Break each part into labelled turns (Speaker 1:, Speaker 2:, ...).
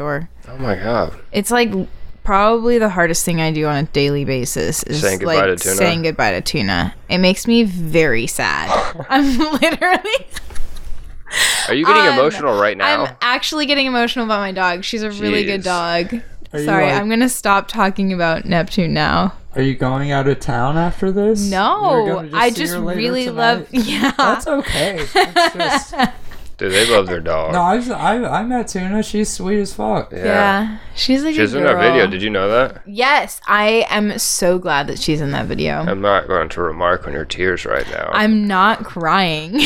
Speaker 1: hour.
Speaker 2: Oh my god.
Speaker 1: It's like probably the hardest thing I do on a daily basis is
Speaker 2: Saying goodbye
Speaker 1: like
Speaker 2: to tuna?
Speaker 1: saying goodbye to tuna. It makes me very sad. I'm literally
Speaker 2: Are you getting
Speaker 1: I'm-
Speaker 2: emotional right now?
Speaker 1: I'm actually getting emotional about my dog. She's a really good
Speaker 2: Jeez.
Speaker 1: dog.
Speaker 3: Are you,
Speaker 1: Sorry,
Speaker 3: like-
Speaker 1: I'm gonna stop talking about Neptune now.
Speaker 3: Are you going out of town after this? You were
Speaker 1: No,
Speaker 3: gonna
Speaker 1: I
Speaker 3: see
Speaker 1: just
Speaker 3: her later
Speaker 1: really
Speaker 3: tonight?
Speaker 1: love. Yeah,
Speaker 3: That's okay. That's just,
Speaker 2: Dude, they love their dog.
Speaker 3: no, I, just, I I met Tuna. She's sweet as fuck.
Speaker 1: yeah. She's like
Speaker 2: She was
Speaker 1: a
Speaker 2: in
Speaker 1: girl.
Speaker 2: that video. Did you know that?
Speaker 1: yes, I am so glad that she's in that video.
Speaker 2: I'm not going to remark on your tears right now.
Speaker 1: I'm not crying.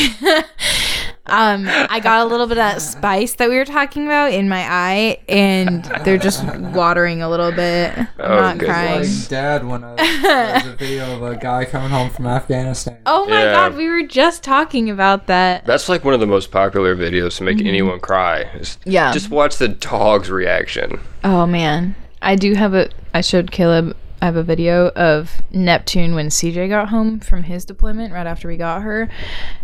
Speaker 1: um, I got a little bit of that spice that we were talking about in my eye, and they're just watering a little bit. I'm
Speaker 2: Oh,
Speaker 1: not
Speaker 2: good
Speaker 1: crying.
Speaker 2: lord.
Speaker 3: Like dad when I there's a video of a guy coming home from Afghanistan.
Speaker 1: Oh my
Speaker 2: Yeah.
Speaker 1: god, we were just talking about that.
Speaker 2: That's like one of the most popular videos to make anyone cry. Is
Speaker 1: Mm-hmm. Yeah.
Speaker 2: Just watch the dog's reaction.
Speaker 1: Oh man, I do have a. I showed Caleb. I have a video of Neptune when CJ got home from his deployment right after we got her,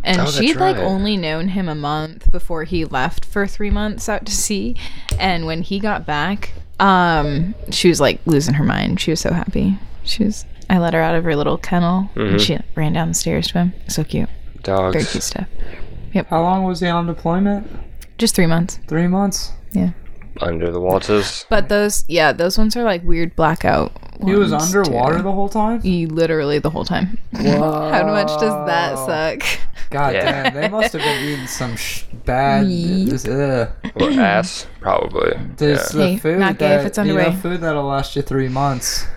Speaker 1: and
Speaker 2: Oh, that's
Speaker 1: she'd like
Speaker 2: right.
Speaker 1: only known him a month before he left for three months out to sea, and when he got back, um, she was like losing her mind. She was so happy. She was. I let her out of her little kennel,
Speaker 2: Mm-hmm.
Speaker 1: and she ran down the stairs to him. So cute, very
Speaker 2: Dogs.
Speaker 1: cute stuff.
Speaker 3: How long was he on deployment?
Speaker 1: Just three months.
Speaker 3: Three months.
Speaker 2: Under the waters.
Speaker 1: But those, yeah, those ones are like weird blackout.
Speaker 3: He was
Speaker 1: ones,
Speaker 3: underwater
Speaker 1: too.
Speaker 3: the whole time.
Speaker 1: He literally the whole time. How much does that suck?
Speaker 3: God
Speaker 2: Yeah.
Speaker 3: damn, they must have been eating some sh- bad.
Speaker 1: Yeep.
Speaker 3: This, ugh.
Speaker 2: Or ass, probably.
Speaker 3: This
Speaker 1: Hey,
Speaker 3: the food
Speaker 1: not
Speaker 3: that
Speaker 1: gay if it's
Speaker 3: you know,
Speaker 1: underway.
Speaker 3: food that'll last you three months.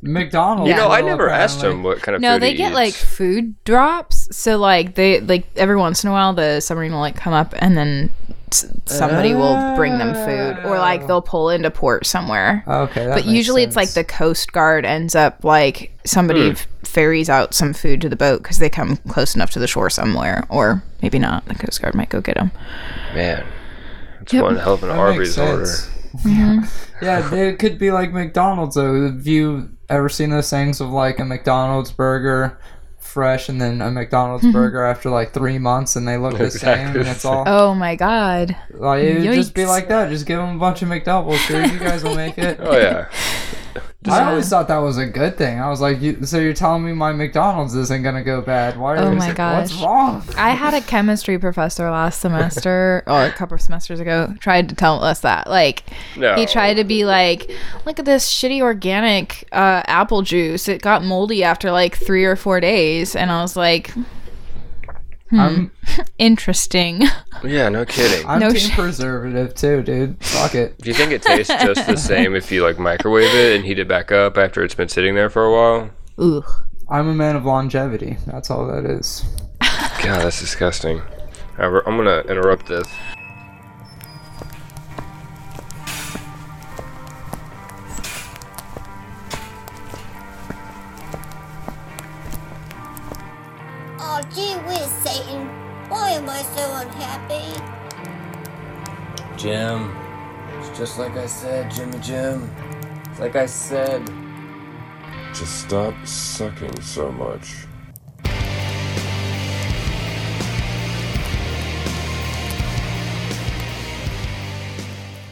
Speaker 3: McDonald's.
Speaker 2: You know, I
Speaker 3: will
Speaker 2: never asked
Speaker 3: apparently-
Speaker 2: him what kind of
Speaker 1: No,
Speaker 2: food
Speaker 1: they
Speaker 2: he
Speaker 1: get like
Speaker 2: eats.
Speaker 1: food drops. So like they like every once in a while the submarine will like come up and then s- somebody will bring them food or like they'll pull into port somewhere.
Speaker 3: Okay, Oh. that
Speaker 1: but
Speaker 3: makes
Speaker 1: usually it's like
Speaker 3: sense. Hmm.
Speaker 1: the coast guard ends up like somebody f- ferries out some food to the boat because they come close enough to the shore somewhere or maybe not. The coast guard might go get them.
Speaker 2: Man. It's
Speaker 1: Yep.
Speaker 2: one hell of an
Speaker 3: That makes
Speaker 2: Arby's order.
Speaker 3: sense.
Speaker 1: Mm-hmm.
Speaker 3: yeah, they- it could be like McDonald's though. Have you ever seen those things of like a McDonald's burger fresh and then a McDonald's
Speaker 1: Mm-hmm.
Speaker 3: burger after like three months and they look the same
Speaker 2: Exactly.
Speaker 3: and it's all
Speaker 1: Oh my god.
Speaker 3: like it would just be
Speaker 1: Yikes.
Speaker 3: like that. Just give them a bunch of McDoubles, dude. You guys will make it.
Speaker 2: Oh, yeah.
Speaker 3: I always thought that was a good thing. I was like, you, so you're telling me my McDonald's isn't gonna go bad? Why? Are
Speaker 1: Oh
Speaker 3: you-
Speaker 1: my
Speaker 3: What's
Speaker 1: gosh.
Speaker 3: wrong?
Speaker 1: I had a chemistry professor last semester or a couple of semesters ago tried to tell us that. Like
Speaker 2: No.
Speaker 1: he tried to be like, look at this shitty organic uh, apple juice. It got moldy after like three or four days, and I was like,
Speaker 3: I'm
Speaker 1: interesting.
Speaker 2: Yeah, no kidding.
Speaker 3: I'm
Speaker 1: Hmm. No
Speaker 3: team
Speaker 1: shit.
Speaker 3: preservative too, dude. Fuck it.
Speaker 2: Do you think it tastes just the same if you like microwave it and heat it back up after it's been sitting there for a while?
Speaker 1: Ugh.
Speaker 3: I'm a man of longevity. That's all that is.
Speaker 2: God, that's disgusting. All right, we're- I'm gonna interrupt this.
Speaker 4: Oh, gee whiz, Satan. Why am I so unhappy?
Speaker 5: Jim. It's just like I said, Jimmy Jim. It's like I said.
Speaker 6: Just stop sucking so much.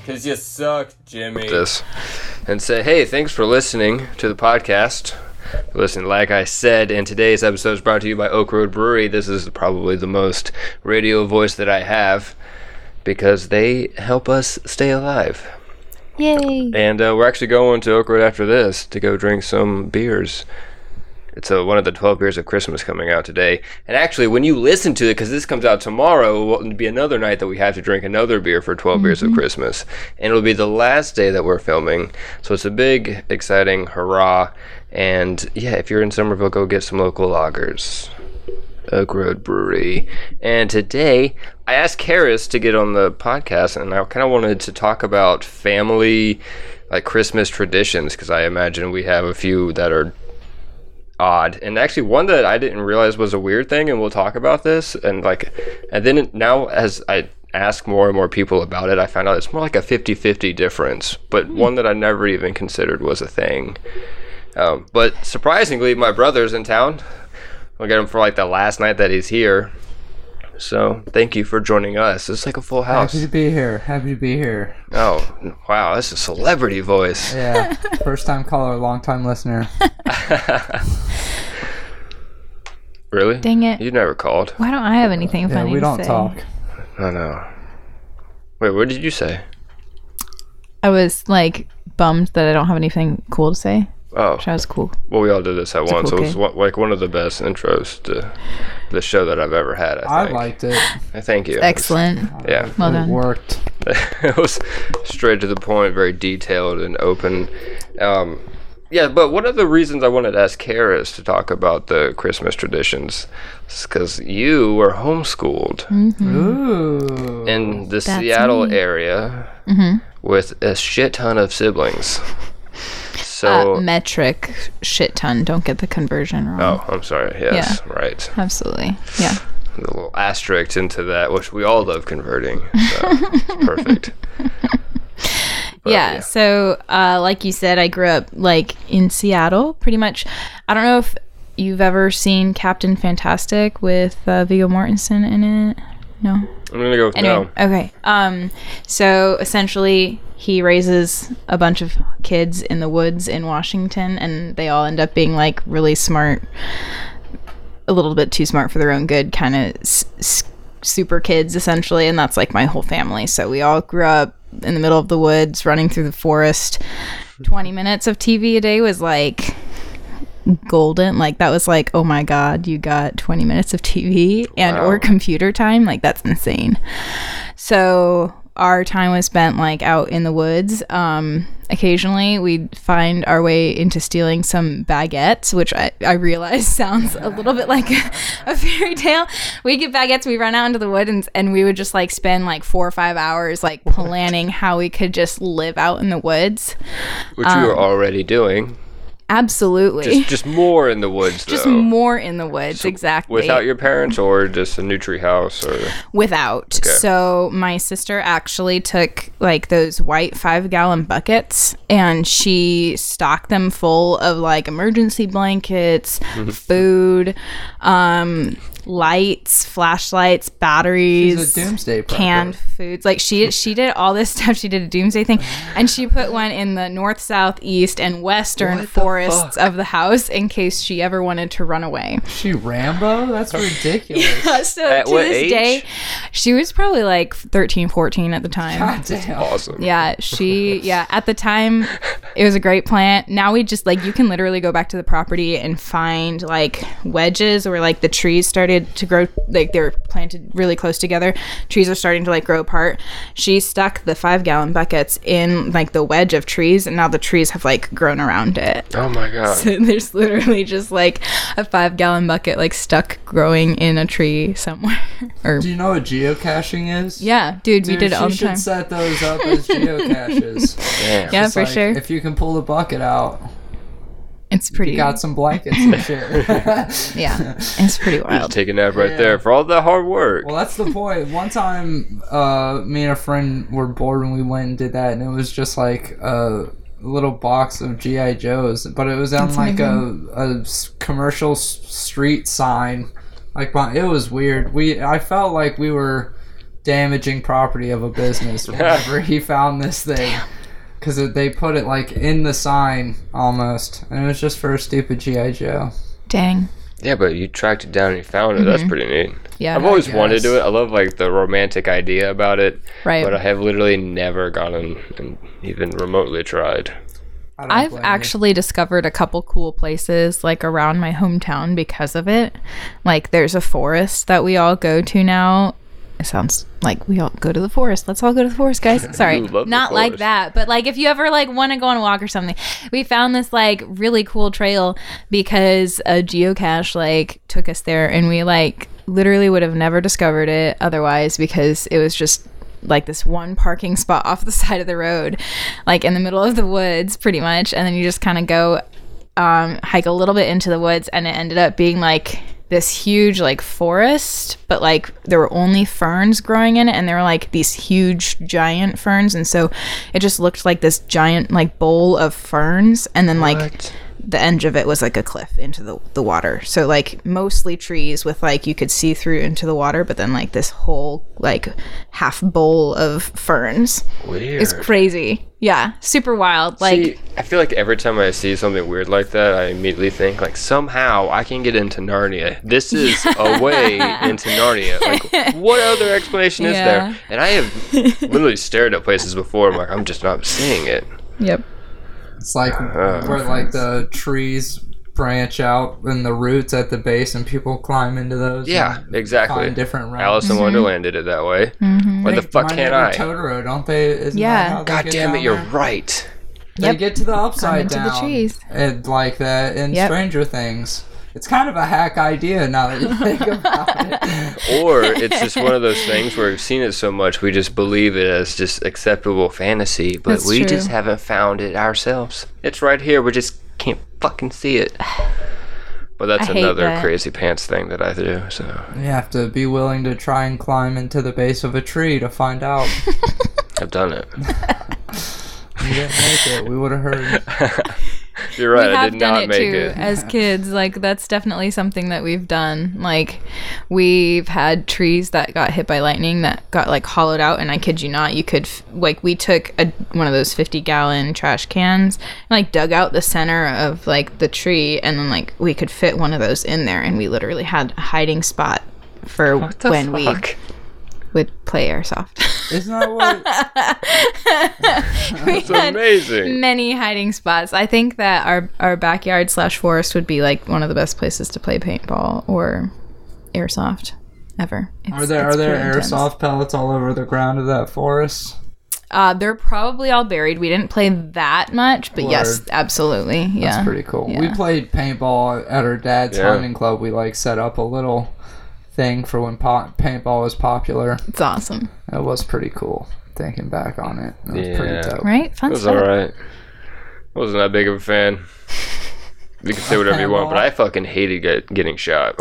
Speaker 5: Cause you suck, Jimmy.
Speaker 2: This and say, hey, thanks for listening to the podcast. Listen, like I said, and today's episode is brought to you by Oak Road Brewery. This is probably the most radio voice that I have because they help us stay alive.
Speaker 1: Yay.
Speaker 2: And uh, we're actually going to Oak Road after this to go drink some beers. It's uh, one of the 12 beers of Christmas coming out today. And actually, when you listen to it, because this comes out tomorrow, it will be another night that we have to drink another beer for 12 beers of Christmas. And it'll be the last day that we're filming. So it's a big, exciting hurrah. And yeah, if you're in Somerville, go get some local lagers. Oak Road Brewery. And today, I asked Karis to get on the podcast, and I kind of wanted to talk about family, like Christmas traditions, because I imagine we have a few that are odd. And actually, one that I didn't realize was a weird thing, and we'll talk about this. And like, and then it- now as I ask more and more people about it, I found out it's more like a 50 50 difference, but one that I never even considered was a thing. Um, but surprisingly, my brother's in town. We got him for like the last night that he's here. So thank you for joining us. It's like a full
Speaker 3: Happy
Speaker 2: house.
Speaker 3: to be here. Happy to be here.
Speaker 2: Oh wow, that's a celebrity voice.
Speaker 3: Yeah. First time caller, long time listener.
Speaker 2: Really?
Speaker 1: Dang it.
Speaker 2: You never called.
Speaker 1: Why don't I have anything
Speaker 3: Yeah,
Speaker 1: funny
Speaker 3: we
Speaker 1: to
Speaker 3: don't
Speaker 1: say?
Speaker 3: talk.
Speaker 2: I know. Wait, what did you say?
Speaker 1: I was like bummed that I don't have anything cool to say.
Speaker 2: Oh,
Speaker 1: That was cool.
Speaker 2: well, we all did this at once.
Speaker 1: cool
Speaker 2: it was
Speaker 1: kid.
Speaker 2: one, like one of the best intros to the show that I've ever had. I,
Speaker 3: I
Speaker 2: think.
Speaker 3: liked it.
Speaker 2: Thank you.
Speaker 1: Excellent.
Speaker 2: Yeah.
Speaker 1: Well
Speaker 3: It
Speaker 1: done.
Speaker 3: worked.
Speaker 2: it was straight to the point, very detailed and open. Um, yeah, but one of the reasons I wanted to ask Kara is to talk about the Christmas traditions, because you were homeschooled
Speaker 1: Hmm.
Speaker 3: Ooh.
Speaker 2: in the Seattle area with a shit ton of siblings. So, Oh.
Speaker 1: Uh, metric shit ton. Don't get the conversion wrong.
Speaker 2: oh, I'm sorry. Yes, right.
Speaker 1: Absolutely. Yeah.
Speaker 2: The little asterisk into that, which we all love converting. So, it's perfect. But,
Speaker 1: yeah, So, uh, like you said, I grew up like in Seattle, pretty much. I don't know if you've ever seen Captain Fantastic with uh, Viggo Mortensen in it. No.
Speaker 2: I'm gonna go with
Speaker 1: Anyway, okay. Um, so essentially, he raises a bunch of kids in the woods in Washington, and they all end up being like really smart, a little bit too smart for their own good, kind of s- s- super kids, essentially. And that's like my whole family. So we all grew up in the middle of the woods, running through the forest. 20 minutes of TV a day was like golden like that was like oh my god you got 20 minutes of tv and or computer time like that's insane so our time was spent like out in the woods um occasionally we'd find our way into stealing some baguettes which i, I realize sounds a little bit like a, fairy tale we get baguettes we run out into the woods and, and we would just like spend like four or five hours like planning how we could just live out in the woods
Speaker 2: no, which you
Speaker 1: um,
Speaker 2: were already doing.
Speaker 1: absolutely
Speaker 2: Just, just more in the woods,
Speaker 1: just
Speaker 2: though.
Speaker 1: more in the woods exactly
Speaker 2: Without your parents or just a new tree house or
Speaker 1: without so my sister actually took like those white five gallon buckets and she stocked them full of like emergency blankets food um lights flashlights batteries
Speaker 3: She's a doomsday prepper.
Speaker 1: canned foods like she she did all this stuff she did a doomsday thing and she put one in the north south east and western forests of the house in case she ever wanted to run away
Speaker 3: She Rambo? That's ridiculous.
Speaker 1: so
Speaker 2: At
Speaker 1: to
Speaker 2: what
Speaker 1: this
Speaker 2: age?
Speaker 1: day she was probably like 13 14 at the time
Speaker 3: God damn.
Speaker 2: awesome.
Speaker 1: yeah she yeah at the time it was a great plant now we just like you can literally go back to the property and find like wedges where like the trees started to grow like they were planted really close together trees are starting to like grow apart she stuck the five gallon buckets in like the wedge of trees and now the trees have like grown around it
Speaker 2: Oh my god.
Speaker 1: so there's literally just like a five gallon bucket like stuck growing in a tree somewhere. or
Speaker 3: Do you know what geocaching is?
Speaker 1: yeah, dude, we
Speaker 3: Dude,
Speaker 1: did it
Speaker 3: she
Speaker 1: all the
Speaker 3: should
Speaker 1: time.
Speaker 3: set those up as geocaches.
Speaker 1: Yeah,
Speaker 3: It's
Speaker 1: for
Speaker 3: like,
Speaker 1: sure.
Speaker 3: If you can pull the bucket out,
Speaker 1: it's pretty.
Speaker 3: got some blankets and shit.
Speaker 1: yeah, it's pretty wild.
Speaker 2: Take a nap right there for all that hard work.
Speaker 3: Well, that's the point. One time, uh, me and a friend were bored and we went and did that, and it was just like a little box of GI Joes, but it was on like a, a s- commercial s- street sign. Like, but it was weird. We I felt like we were damaging property of a business whenever he found this thing. Because they put it like in the sign almost, and it was just for a stupid GI Joe.
Speaker 1: Dang.
Speaker 2: yeah, but you tracked it down and you found it. That's
Speaker 1: Mm-hmm.
Speaker 2: pretty neat.
Speaker 1: Yeah.
Speaker 2: I've always wanted to do
Speaker 3: guess.
Speaker 2: it. I love like the romantic idea about it,
Speaker 1: Right.
Speaker 2: but I have literally never gotten and even remotely tried.
Speaker 3: I don't
Speaker 1: I've
Speaker 3: blame you.
Speaker 1: actually discovered a couple cool places like around my hometown because of it. Like there's a forest that we all go to now. It sounds like we all go to the forest. Let's all go to the forest, guys. Sorry.
Speaker 2: love the
Speaker 1: Not like
Speaker 2: forest.
Speaker 1: that, but like if you ever like want to go on a walk or something. We found this like really cool trail because a geocache like took us there and we like literally would have never discovered it otherwise because it was just like this one parking spot off the side of the road, like in the middle of the woods, pretty much. And then you just kind of go um, hike a little bit into the woods, and it ended up being like this huge like forest, but like there were only ferns growing in it, and there were like these huge giant ferns, and so it just looked like this giant like bowl of ferns, and then like the edge of it was like a cliff into the, the water. So like mostly trees with like you could see through into the water, but then like this whole like half bowl of ferns.
Speaker 2: Weird.
Speaker 1: It's crazy. Yeah, super wild. Like
Speaker 2: See, I feel like every time I see something weird like that, I immediately think like somehow I can get into Narnia. This is a way into Narnia. Like what other explanation is
Speaker 1: Yeah.
Speaker 2: there? And I have literally stared at places before. I'm like, I'm just not seeing it.
Speaker 1: yep.
Speaker 3: It's like
Speaker 2: Uh,
Speaker 3: where like the trees branch out and the roots at the base, and people climb into those.
Speaker 2: Yeah,
Speaker 3: and
Speaker 2: exactly.
Speaker 3: Find different realms.
Speaker 1: Mm-hmm.
Speaker 2: Alice in Wonderland did it that way. Why the
Speaker 3: Like,
Speaker 2: fuck
Speaker 3: My
Speaker 2: can't
Speaker 3: Neighbor
Speaker 2: I?
Speaker 3: Totoro, don't they? Isn't
Speaker 1: Yeah.
Speaker 3: That how they
Speaker 2: God
Speaker 3: get
Speaker 2: damn it,
Speaker 3: down
Speaker 2: you're
Speaker 3: there?
Speaker 2: right.
Speaker 3: They
Speaker 1: Yep.
Speaker 3: get to the upside
Speaker 1: into the
Speaker 3: down.
Speaker 1: trees.
Speaker 3: And like that in
Speaker 1: Yep.
Speaker 3: Stranger Things. It's kind of a hack idea now that you think about it.
Speaker 2: Or it's just one of those things where we've seen it so much we just believe it as just acceptable fantasy, but
Speaker 1: That's
Speaker 2: we
Speaker 1: true.
Speaker 2: just haven't found it ourselves. It's right here, we just can't fucking see it. But that's
Speaker 1: I hate
Speaker 2: another
Speaker 1: that.
Speaker 2: crazy pants thing that I do. So
Speaker 3: You have to be willing to try and climb into the base of a tree to find out.
Speaker 2: I've done it.
Speaker 3: You didn't make it. We would have heard.
Speaker 2: You're right.
Speaker 1: we
Speaker 2: I
Speaker 1: have
Speaker 2: did
Speaker 1: done
Speaker 2: not
Speaker 1: it
Speaker 2: make
Speaker 1: too
Speaker 2: it.
Speaker 1: as kids. Like that's definitely something that we've done. Like we've had trees that got hit by lightning that got like hollowed out, and I kid you not, you could f- like we took a one of those fifty gallon trash cans and like dug out the center of like the tree, and then like we could fit one of those in there, and we literally had a hiding spot for when
Speaker 2: Fuck.
Speaker 1: we would play airsoft.
Speaker 3: Isn't that what?
Speaker 1: we
Speaker 2: It's amazing.
Speaker 1: many hiding spots. I think that our our backyard slash forest would be like one of the best places to play paintball or airsoft ever. It's-
Speaker 3: Are there
Speaker 1: it's
Speaker 3: are there
Speaker 1: pretty intense.
Speaker 3: airsoft pellets all over the ground of that forest?
Speaker 1: Uh, they're probably all buried. We didn't play that much, but yes,
Speaker 3: Word.
Speaker 1: absolutely. Yeah,
Speaker 3: That's pretty cool. We
Speaker 1: Yeah.
Speaker 3: played paintball at our dad's
Speaker 2: Yeah.
Speaker 3: hunting club. We like set up a little thing for when po- paintball was popular.
Speaker 1: it's awesome,
Speaker 3: That was pretty cool. Thinking back on it, that was
Speaker 2: Yeah.
Speaker 3: pretty dope.
Speaker 1: right? Fun
Speaker 2: It was
Speaker 1: stuff.
Speaker 2: alright. I wasn't that big of a fan. You can say whatever you want, but I fucking hated get, getting shot.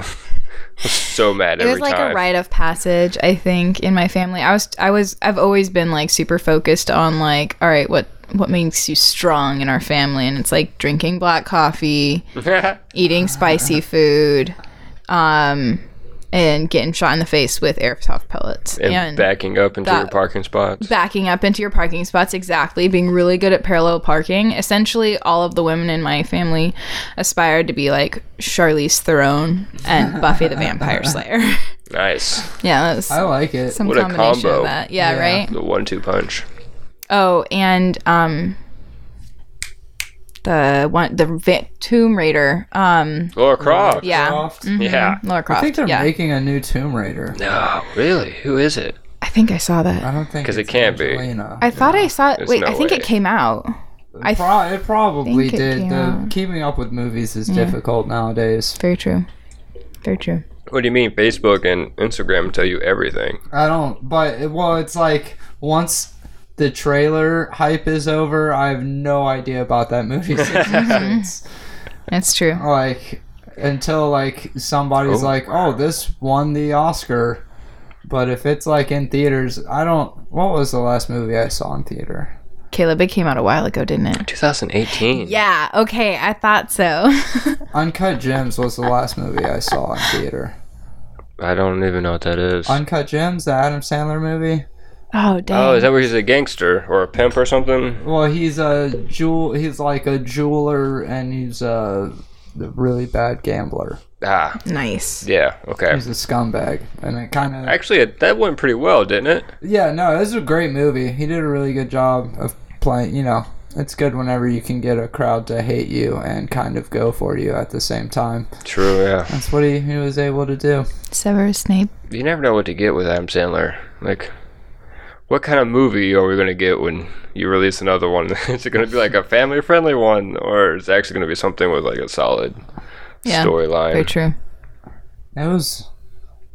Speaker 2: I was so mad
Speaker 1: It
Speaker 2: every
Speaker 1: was like
Speaker 2: time.
Speaker 1: a rite of passage, I think, in my family. I was, I was, I've always been like super focused on like, all right, what what makes you strong in our family, and it's like drinking black coffee, eating spicy food, um, and getting shot in the face with airsoft pellets
Speaker 2: and, backing up into your
Speaker 1: that-
Speaker 2: parking spots.
Speaker 1: backing up into your parking spots exactly being really good at parallel parking essentially all of the women in my family aspired to be like charlize theron and buffy the vampire slayer
Speaker 2: nice.
Speaker 1: yeah that was
Speaker 3: I like it.
Speaker 1: some
Speaker 2: What a
Speaker 1: combination
Speaker 2: combo.
Speaker 1: of that yeah,
Speaker 3: Yeah.
Speaker 1: right
Speaker 2: The one-two punch.
Speaker 1: oh and um the one the Va- tomb raider um
Speaker 2: Laura Croft.
Speaker 1: yeah Mm-hmm.
Speaker 3: Croft.
Speaker 2: Yeah.
Speaker 1: Laura Croft.
Speaker 3: I think they're
Speaker 1: yeah.
Speaker 3: making a new Tomb Raider.
Speaker 2: No, really? Who is it?
Speaker 1: I think I saw that.
Speaker 3: I don't think
Speaker 2: 'Cause it
Speaker 3: it's
Speaker 2: can't be.
Speaker 3: Angelina.
Speaker 1: I thought I saw it.
Speaker 2: There's
Speaker 1: Wait,
Speaker 2: no
Speaker 1: I think
Speaker 2: way.
Speaker 1: it came out. I th-
Speaker 3: Pro- it probably
Speaker 1: think it
Speaker 3: did.
Speaker 1: came
Speaker 3: The,
Speaker 1: out.
Speaker 3: keeping up with movies is difficult nowadays.
Speaker 1: Very true. Very true.
Speaker 2: What do you mean? Facebook and Instagram tell you everything.
Speaker 3: I don't. But it- well, it's like once the trailer hype is over, I have no idea about that movie's existence.
Speaker 1: That's true.
Speaker 3: like until like somebody's
Speaker 2: Oh.
Speaker 3: like, "Oh, this won the Oscar." But if it's like in theaters, I don't. What was the last movie I saw in theater?
Speaker 1: Caleb, it came out a while ago, didn't it?
Speaker 2: 2018.
Speaker 1: Yeah. Okay. I thought so. Oh,
Speaker 3: Uncut Gems was the last movie I saw in theater.
Speaker 2: I don't even know what that is.
Speaker 3: Uncut Gems, the Adam Sandler movie.
Speaker 1: oh dang.
Speaker 2: oh, is that where he's a gangster or a pimp or something?
Speaker 3: Well, he's a jewel. He's like a jeweler, and he's a really bad gambler.
Speaker 2: Ah,
Speaker 1: nice.
Speaker 2: yeah. Okay.
Speaker 3: He's a scumbag, and it kind of
Speaker 2: Actually, it, that went pretty well, didn't it?
Speaker 3: Yeah, no, this is a great movie. He did a really good job of playing. You know, it's good whenever you can get a crowd to hate you and kind of go for you at the same time.
Speaker 2: True. Yeah.
Speaker 3: That's what he, he was able to do.
Speaker 1: Severus Snape.
Speaker 2: You never know what to get with Adam Sandler. Like, what kind of movie are we gonna get when you release another one? is it gonna be like a family-friendly one, or is it actually gonna be something with like a solid
Speaker 1: Yeah. Very
Speaker 2: storyline?
Speaker 1: true.
Speaker 3: It was,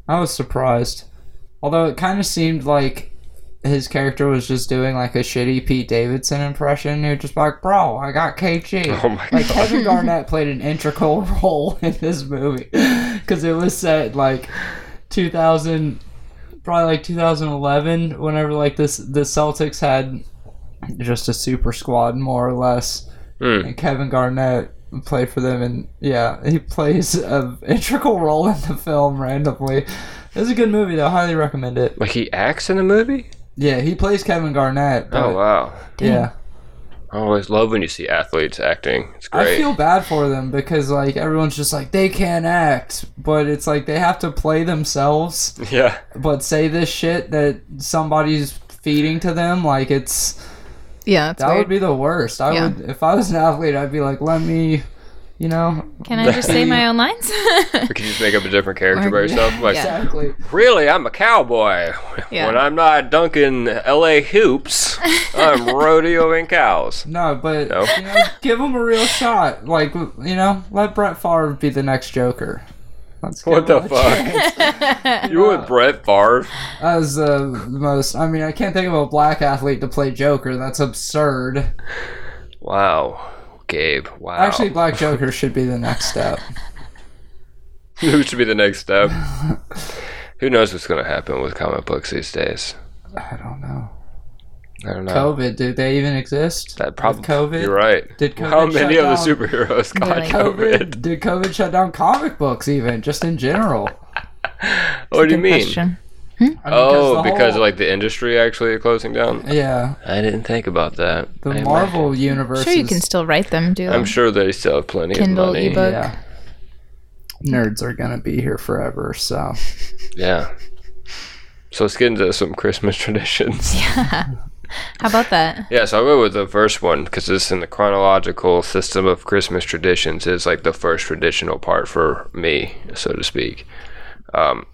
Speaker 3: I was surprised. Although it kind of seemed like his character was just doing like a shitty Pete Davidson impression. He was just like, "Bro, I got KG."
Speaker 2: Oh my
Speaker 3: like Kevin Garnett played an integral role in this movie because it was set like 2000, probably like 2011. Whenever like this, the Celtics had just a super squad more or less,
Speaker 2: Hmm.
Speaker 3: and Kevin Garnett played for them, and yeah, he plays an integral role in the film randomly. It's a good movie, though. Highly recommend it.
Speaker 2: Like he acts in the movie?
Speaker 3: Yeah, he plays Kevin Garnett.
Speaker 1: Uh-huh.
Speaker 3: But,
Speaker 2: Oh wow!
Speaker 3: Yeah,
Speaker 2: I always love when you see athletes acting. It's
Speaker 3: I
Speaker 2: great.
Speaker 3: feel bad for them because like everyone's just like they can't act, but it's like they have to play themselves,
Speaker 2: yeah,
Speaker 3: but say this shit that somebody's feeding to them. Like it's
Speaker 1: Yeah, that's
Speaker 3: that
Speaker 1: weird.
Speaker 3: would be the worst. I
Speaker 1: Yeah.
Speaker 3: would if I was an athlete, I'd be like, let me, you know,
Speaker 1: Can I just say my own lines?
Speaker 2: we could just make up a different character
Speaker 1: Or-
Speaker 2: by yourself. Like,
Speaker 1: Yeah.
Speaker 3: exactly.
Speaker 2: really, I'm a cowboy.
Speaker 1: Yeah.
Speaker 2: When I'm not dunking L.A. hoops, I'm rodeoing cows.
Speaker 3: No, but
Speaker 2: No.
Speaker 3: you know, give him a real shot. Like you know, let Brett Favre be the next Joker. Let's give
Speaker 2: What
Speaker 3: him
Speaker 2: the
Speaker 3: a
Speaker 2: fuck? you with Brett Favre?
Speaker 3: That was uh, the most. I mean, I can't think of a black athlete to play Joker. That's absurd.
Speaker 2: Wow, Gabe. Wow.
Speaker 3: Actually, Black Joker should be the next step.
Speaker 2: Who should be the next step? Who knows what's going to happen with comic books these days?
Speaker 3: I don't know.
Speaker 2: I don't know.
Speaker 3: COVID, do they even exist?
Speaker 2: That probably
Speaker 3: With COVID.
Speaker 2: You're right.
Speaker 3: Did COVID
Speaker 2: How many
Speaker 3: shut
Speaker 2: of the
Speaker 3: down-
Speaker 2: superheroes got
Speaker 1: Really?
Speaker 2: COVID?
Speaker 3: COVID. Did COVID shut down comic books even, just in general?
Speaker 2: What do you
Speaker 1: Good
Speaker 2: mean?
Speaker 1: question.
Speaker 3: I mean,
Speaker 2: Oh,
Speaker 3: the
Speaker 2: because
Speaker 3: whole-
Speaker 2: like the industry actually closing down.
Speaker 3: yeah,
Speaker 2: I didn't think about that.
Speaker 3: the
Speaker 2: I-
Speaker 3: Marvel universe.
Speaker 1: Sure, you
Speaker 3: is-
Speaker 1: can still write them, do
Speaker 2: I'm sure they still have plenty
Speaker 1: Kindle,
Speaker 2: of money.
Speaker 1: ebook.
Speaker 3: Yeah. Nerds are gonna be here forever, so
Speaker 2: Yeah. So let's get into some Christmas traditions. Yeah.
Speaker 1: How about that?
Speaker 2: so I'll go with the first one because this in the chronological system of Christmas traditions is like the first traditional part for me, so to speak. Um,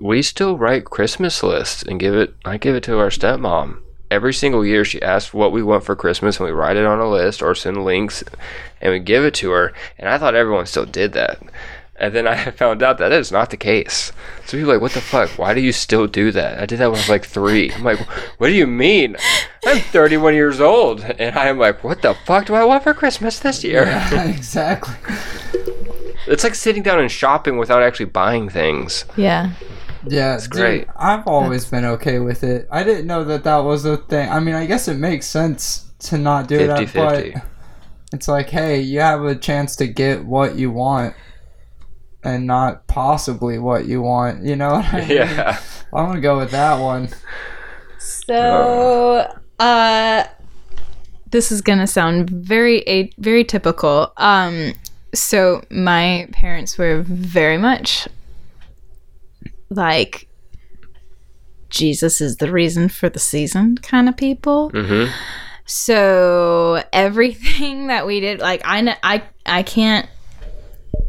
Speaker 2: we still write Christmas lists and give it. I give it to our stepmom every single year. She asks what we want for Christmas, and we write it on a list or send links, and we give it to her. And I thought everyone still did that. And then I found out that is not the case. So people are like, what the fuck? Why do you still do that? I did that when I was like three. I'm like, what do you mean? I'm 31 years old. And I'm like, what the fuck do I want for Christmas this year?
Speaker 3: exactly.
Speaker 2: It's like sitting down and shopping without actually buying things.
Speaker 1: Yeah.
Speaker 3: Yeah, it's
Speaker 2: great.
Speaker 3: I've always been okay with it. I didn't know that that was a thing. I mean, I guess it makes sense to not do
Speaker 2: 50
Speaker 3: that, but
Speaker 2: 50.
Speaker 3: it's like, hey, you have a chance to get what you want, and not possibly what you want. You know? what I mean?
Speaker 2: Yeah.
Speaker 3: I'm gonna go with that one.
Speaker 1: So, uh, this is gonna sound very a- very typical. Um, so my parents were very much like Jesus is the reason for the season kind of people.
Speaker 2: Mm-hmm.
Speaker 1: So everything that we did, like I, kn- I, I can't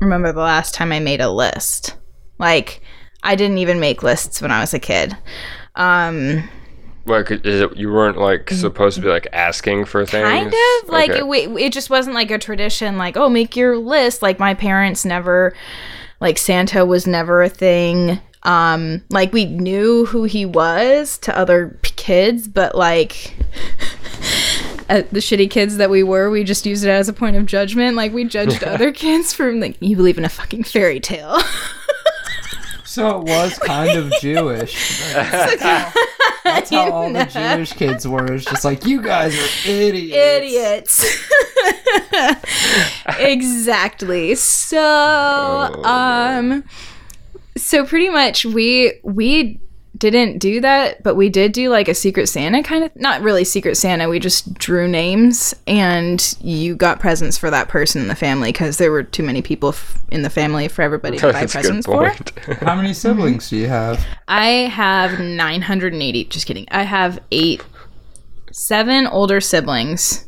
Speaker 1: remember the last time I made a list. Like I didn't even make lists when I was a kid. Um,
Speaker 2: Like, is it, you weren't like supposed to be like asking for things?
Speaker 1: kind of like
Speaker 2: Okay.
Speaker 1: it, wa- it just wasn't like a tradition like oh make your list like my parents never like santa was never a thing um like we knew who he was to other p- kids but like uh, the shitty kids that we were we just used it as a point of judgment like we judged other kids from like you believe in a fucking fairy tale
Speaker 3: So it was kind of Jewish. That's how all the Jewish kids were. It's just like you guys are idiots.
Speaker 1: idiots. exactly. So,
Speaker 2: Oh.
Speaker 1: um, so pretty much we we didn't do that, but we did do like a Secret Santa kind of. Not really Secret Santa. We just drew names, and you got presents for that person in the family because there were too many people f- in the family for everybody to buy
Speaker 2: That's a good
Speaker 1: presents for.
Speaker 2: point.
Speaker 3: How many siblings do you have?
Speaker 1: I have 980. Just kidding. I have eight, seven older siblings,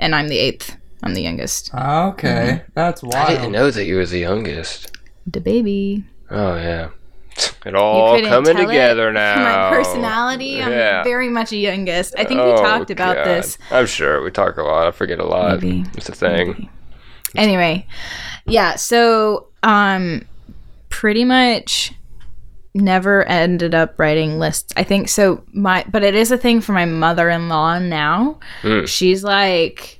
Speaker 1: and I'm the eighth. I'm the youngest.
Speaker 3: Okay, that's wild.
Speaker 2: Mm-hmm. I didn't know that you were the youngest.
Speaker 1: The baby.
Speaker 2: Oh yeah. It all coming together now.
Speaker 1: My personality.
Speaker 2: Oh, Yeah.
Speaker 1: I'm very much a youngest. I think we
Speaker 2: Oh,
Speaker 1: talked about
Speaker 2: God.
Speaker 1: this.
Speaker 2: I'm sure we talk a lot. I forget a lot.
Speaker 1: Maybe.
Speaker 2: It's a thing.
Speaker 1: Anyway, yeah. So, um, pretty much never ended up writing lists. I think so. My, but it is a thing for my mother-in-law now.
Speaker 2: Mm.
Speaker 1: She's like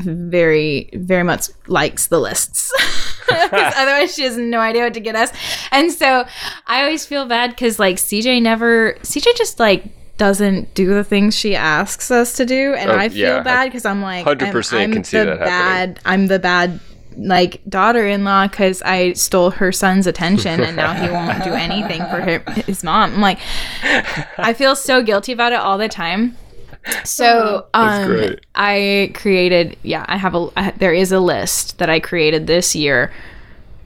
Speaker 1: very, very much likes the lists. 'Cause otherwise, she has no idea what to get us. And so, I always feel bad because like CJ never, CJ just like doesn't do the things she asks us to do, and
Speaker 2: Oh,
Speaker 1: I feel
Speaker 2: yeah, I
Speaker 1: bad because I'm like,
Speaker 2: 100%
Speaker 1: I'm, I'm
Speaker 2: can see
Speaker 1: the
Speaker 2: that happening.
Speaker 1: bad. I'm the bad like daughter-in-law because I stole her son's attention, and now he won't do anything for her, his mom. I'm like, I feel so guilty about it all the time. So um,
Speaker 6: great.
Speaker 1: I created, yeah, I have a. I, there is a list that I created this year.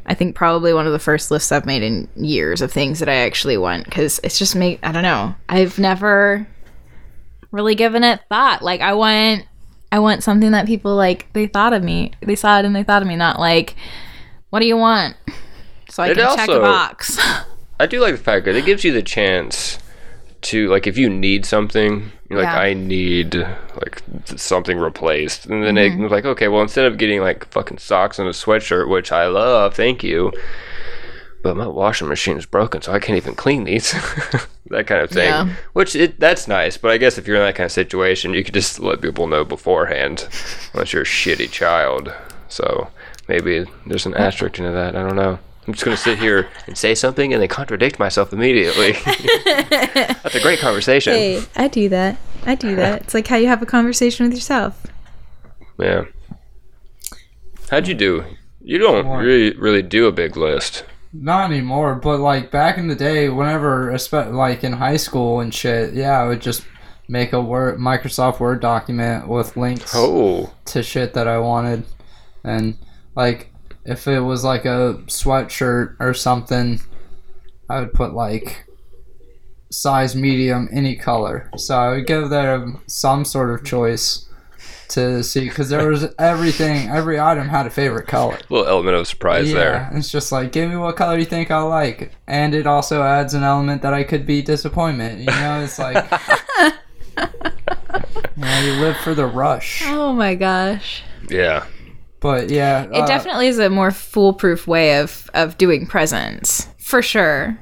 Speaker 1: I think probably one of the first lists I've made in years of things that I actually want because it's just me. I don't know. I've never really given it thought. Like I want, I want something that people like they thought of me. They saw it and they thought of me. Not like, what do you want? So I
Speaker 2: It
Speaker 1: can check a
Speaker 2: also-
Speaker 1: box.
Speaker 2: I do like the fact that it gives you the chance to like if you need something, you're like
Speaker 1: Yeah.
Speaker 2: I need like th- something replaced, and then
Speaker 1: Mm-hmm.
Speaker 2: it was like okay, well instead of getting like fucking socks and a sweatshirt, which I love, thank you, but my washing machine is broken, so I can't even clean these, that kind of thing.
Speaker 1: Yeah.
Speaker 2: Which it that's nice, but I guess if you're in that kind of situation, you could just let people know beforehand, unless you're a shitty child. So maybe there's an asterisk into that. I don't know. I'm just gonna sit here and say something and then contradict myself immediately. That's a great conversation.
Speaker 1: I do that. I do that. It's like how you have a conversation with yourself.
Speaker 2: Yeah. How'd you do? You don't
Speaker 3: More.
Speaker 2: really really do a big list.
Speaker 3: Not anymore, but like back in the day, whenever, espe- like in high school and shit, yeah, I would just make a Word, Microsoft Word document with links
Speaker 2: Oh,
Speaker 3: to shit that I wanted. And like, if it was like a sweatshirt or something, I would put like size medium, any color. So I would give them some sort of choice to see, because there was everything, every item had a favorite color.
Speaker 2: little element of surprise there.
Speaker 3: It's just like, give me what color you think I'll like. And it also adds an element that I could be disappointment. You know, it's like. you, know, you live for the rush.
Speaker 1: Oh my gosh.
Speaker 2: Yeah.
Speaker 3: But yeah.
Speaker 2: Uh,
Speaker 3: uh,
Speaker 1: It definitely is a more foolproof way of of doing presents. For sure.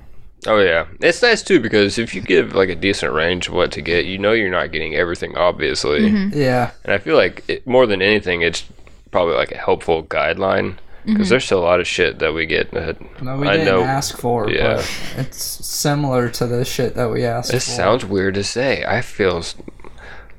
Speaker 2: Oh yeah, it's nice too because if you give like a decent range of what to get, you know you're not getting everything obviously,
Speaker 3: Yeah.
Speaker 2: and I feel like it, more than anything, it's probably like a helpful guideline because there's still a lot of shit that we get. That
Speaker 3: No, we
Speaker 2: I
Speaker 3: didn't
Speaker 2: know.
Speaker 3: ask for,
Speaker 2: Yeah.
Speaker 3: but it's similar to the shit that we asked
Speaker 2: This
Speaker 3: for.
Speaker 2: sounds weird to say. I feel s-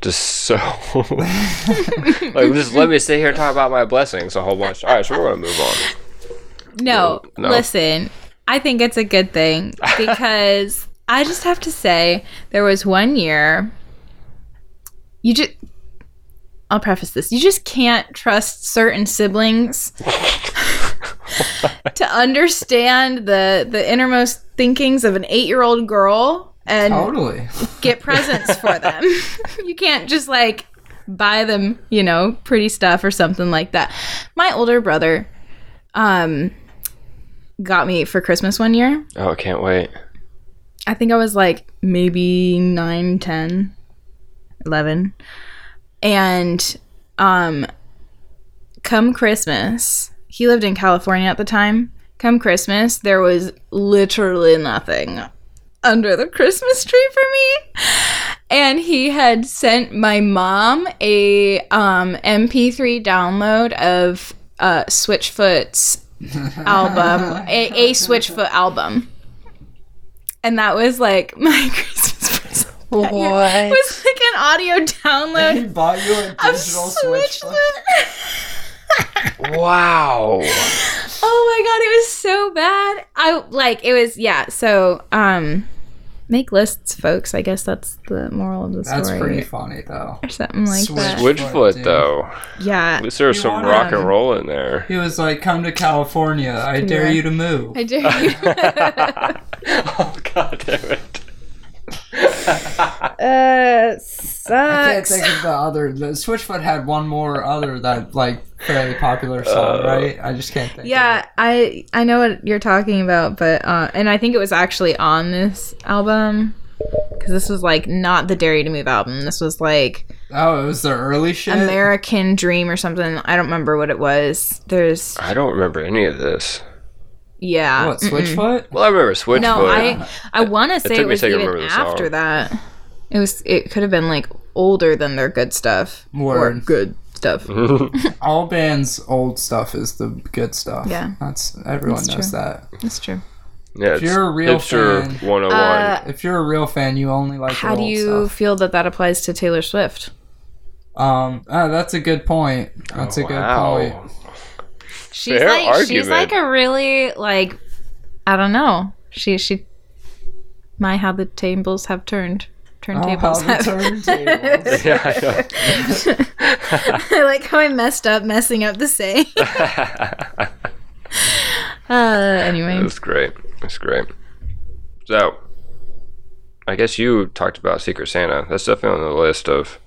Speaker 2: just so like just let me sit here and talk about my blessings a whole bunch. All right, so we're gonna move on.
Speaker 1: No,
Speaker 2: No.
Speaker 1: listen, I think it's a good thing because I just have to say there was one year you just I'll preface this. You just can't trust certain siblings to understand the the innermost thinkings of an 8-year-old girl and
Speaker 3: Totally.
Speaker 1: get presents for them. you can't just like buy them, you know, pretty stuff or something like that. My older brother um got me for Christmas one year.
Speaker 2: Oh, I can't wait.
Speaker 1: I think I was like maybe 9, 10, 11. And um come Christmas, he lived in California at the time. Come Christmas, there was literally nothing under the Christmas tree for me. And he had sent my mom a um, MP3 download of uh, Switchfoot's album, a, a Switchfoot album. And that was like my Christmas present. What? It was like an audio download
Speaker 3: He bought you a
Speaker 1: of
Speaker 3: digital switch.
Speaker 1: Switchfoot.
Speaker 2: Wow.
Speaker 1: Oh my god, it was so bad. I like it was yeah. So um, make lists, folks. I guess that's the moral of the story.
Speaker 3: That's pretty funny, though.
Speaker 1: or something like that.
Speaker 3: Switch-
Speaker 2: Switchfoot
Speaker 3: dude.
Speaker 2: though.
Speaker 1: Yeah.
Speaker 2: At least there's some
Speaker 3: wanna-
Speaker 2: rock and roll in there.
Speaker 3: He was like, come to California. I dare
Speaker 1: I-
Speaker 3: you to move.
Speaker 1: I do.
Speaker 2: oh god damn it.
Speaker 1: uh,
Speaker 3: I can't
Speaker 1: sucks.
Speaker 3: think of the other. The Switchfoot had one more other that like fairly popular
Speaker 2: Uh,
Speaker 3: song, right? I just can't think.
Speaker 1: Yeah, I I know what you're talking about, but uh, and I think it was actually on this album because this was like not the Dare You to Move album. This was like
Speaker 3: Of it. Oh, it was the early shit.
Speaker 1: American Dream or something. I don't remember what it was. There's
Speaker 2: I don't remember any of this.
Speaker 1: yeah.
Speaker 3: what
Speaker 1: mm-mm.
Speaker 3: Switchfoot?
Speaker 2: Well, I remember Switchfoot.
Speaker 1: No, I I want to say it
Speaker 2: took me a
Speaker 1: was
Speaker 2: second to
Speaker 1: even
Speaker 2: remember the song.
Speaker 1: after that. It was. It could have been like older than their good stuff or
Speaker 3: Word.
Speaker 1: good stuff.
Speaker 2: Mm.
Speaker 3: All bands' old stuff is the good stuff.
Speaker 1: Yeah.
Speaker 3: that's everyone knows
Speaker 1: true.
Speaker 3: that.
Speaker 1: That's true.
Speaker 2: Yeah,
Speaker 3: If you're a real
Speaker 2: hipster
Speaker 3: fan-
Speaker 2: 101.
Speaker 1: Uh,
Speaker 3: If you're a real fan, you only like
Speaker 1: How
Speaker 3: her
Speaker 1: do
Speaker 3: old
Speaker 1: you
Speaker 3: stuff.
Speaker 1: feel that that applies to Taylor Swift?
Speaker 3: Um, oh, that's a good point. That's a good
Speaker 2: Oh,
Speaker 3: point.
Speaker 2: wow.
Speaker 1: She's
Speaker 2: Fair
Speaker 1: like she's
Speaker 2: argument.
Speaker 1: like a really like I don't know. She she my how the tables have turned.
Speaker 3: Oh,
Speaker 1: Turntables
Speaker 3: how the
Speaker 1: have
Speaker 3: turntables.
Speaker 2: Yeah, I know.
Speaker 1: I like how I messed up messing up the saying. uh, anyway,
Speaker 2: That's great. That's great. So, I guess you talked about Secret Santa. That's definitely on the list of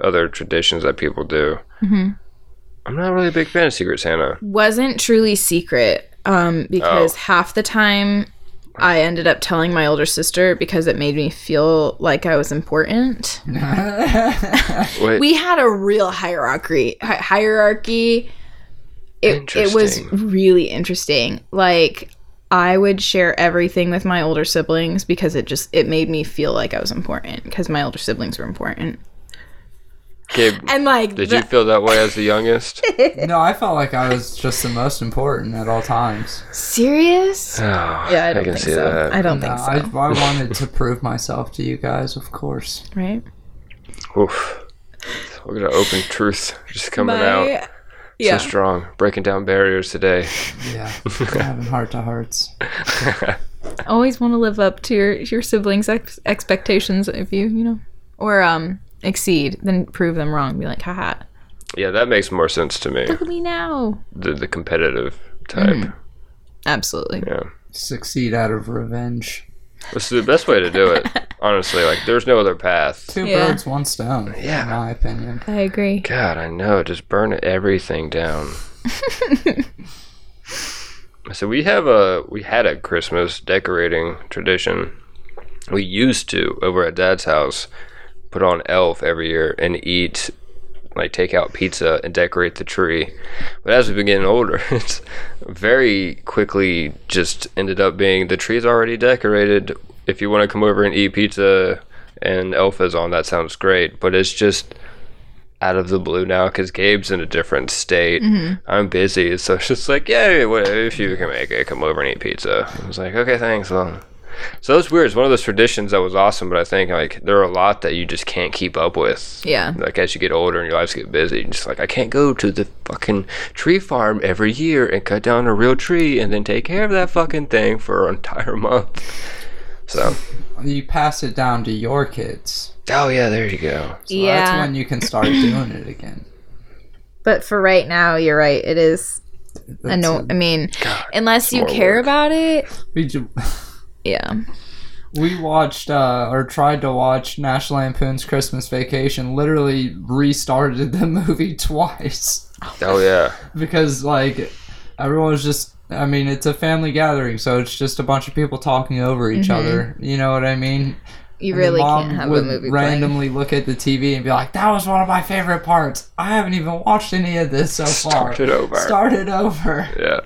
Speaker 2: other traditions that people do.
Speaker 1: Mm-hmm.
Speaker 2: I'm not really a big fan of Secret Santa.
Speaker 1: wasn't truly secret um, because
Speaker 2: Oh.
Speaker 1: half the time I ended up telling my older sister because it made me feel like I was important.
Speaker 2: Wait,
Speaker 1: We had a real hierarchy. Hi- hierarchy. It, it was
Speaker 2: Interesting.
Speaker 1: really interesting. Like I would share everything with my older siblings because it just it made me feel like I was important because my older siblings were important.
Speaker 2: Gabe,
Speaker 1: And like
Speaker 2: did
Speaker 1: the-
Speaker 2: you feel that way as the youngest?
Speaker 3: no, I felt like I was just the most important at all times.
Speaker 1: serious?
Speaker 2: Oh,
Speaker 1: Yeah, I don't think so. I don't
Speaker 3: No,
Speaker 1: think so.
Speaker 3: Uh, I, I wanted to prove myself to you guys, of course.
Speaker 1: right?
Speaker 2: Oof. Look at the open truth just coming out.
Speaker 1: Yeah.
Speaker 2: So strong. Breaking down barriers today.
Speaker 3: Yeah, we're having heart to hearts.
Speaker 1: always want to live up to your your siblings' ex- expectations if you you know or um exceed then prove them wrong be like haha
Speaker 2: Yeah, that makes more sense to me.
Speaker 1: look at me now
Speaker 2: The, the competitive type.
Speaker 1: absolutely
Speaker 2: Yeah.
Speaker 3: Succeed out of revenge.
Speaker 2: This is the best way to do it. Honestly, like there's no other path.
Speaker 3: Two
Speaker 1: Yeah.
Speaker 3: birds, one stone.
Speaker 2: Yeah.
Speaker 3: in my opinion.
Speaker 1: I agree
Speaker 2: God, I know. Just burn everything down. so we have a we had a Christmas decorating tradition. We used to over at Dad's house put on elf every year and eat like take out pizza and decorate the tree. But as we've been getting older, it's very quickly just ended up being the tree's already decorated. If you want to come over and eat pizza and elf is on, that sounds great. But it's just out of the blue now because Gabe's in a different state. I'm busy, so it's just like, yeah, what- if you can make it, come over and eat pizza. I was like, okay, thanks. Well, so it's weird. It's one of those traditions that was awesome, but I think like there are a lot that you just can't keep up with.
Speaker 1: Yeah.
Speaker 2: Like as you get older and your lives get busy, you're just like I can't go to the fucking tree farm every year and cut down a real tree and then take care of that fucking thing for an entire month. So,
Speaker 3: You pass it down to your kids.
Speaker 2: oh yeah, there you go.
Speaker 3: So That's when you can start doing it again.
Speaker 1: but for right now you're right it is I know I mean unless you
Speaker 2: more
Speaker 1: care
Speaker 2: work.
Speaker 1: about it
Speaker 3: We ju-
Speaker 1: yeah
Speaker 3: we watched uh, or tried to watch National Lampoon's Christmas Vacation. Literally restarted the movie twice
Speaker 2: Oh yeah.
Speaker 3: because like everyone's just. I mean, it's a family gathering, so it's just a bunch of people talking over each other. You know what I mean?
Speaker 1: Mm-hmm. you
Speaker 3: And your
Speaker 1: really
Speaker 3: mom
Speaker 1: can't have a
Speaker 3: would
Speaker 1: movie playing.
Speaker 3: randomly look at the TV and be like, "That was one of my favorite parts. I haven't even watched any of this so far."
Speaker 2: Start it over.
Speaker 3: Start it over.
Speaker 2: Yeah.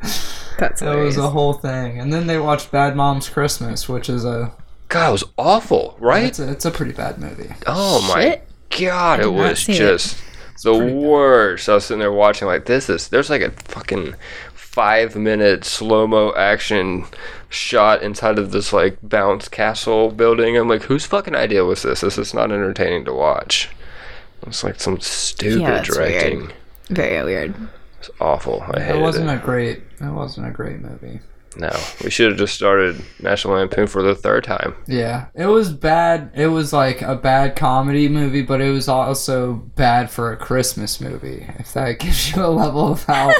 Speaker 1: that's
Speaker 3: That was
Speaker 1: hilarious.
Speaker 3: the whole thing. And then they watched Bad Moms Christmas, which is a
Speaker 2: God, it was awful, right?
Speaker 3: it's a, it's a pretty bad movie.
Speaker 2: Oh
Speaker 1: Shit.
Speaker 2: my god, it
Speaker 1: did not
Speaker 2: was
Speaker 1: see it.
Speaker 2: just the worst. I was sitting there watching like this is there's like a fucking five minute slow mo action shot inside of this like bounce castle building. I'm like, whose fucking idea was this? This is not entertaining to watch. It's like some stupid
Speaker 1: Yeah, that's weird.
Speaker 2: directing.
Speaker 1: very weird
Speaker 2: It's awful. I hated
Speaker 3: It
Speaker 2: it.
Speaker 3: wasn't a great it wasn't a great movie.
Speaker 2: no, we should have just started National Lampoon for the third time.
Speaker 3: Yeah, it was bad. It was like a bad comedy movie, but it was also bad for a Christmas movie. If that gives you a level of how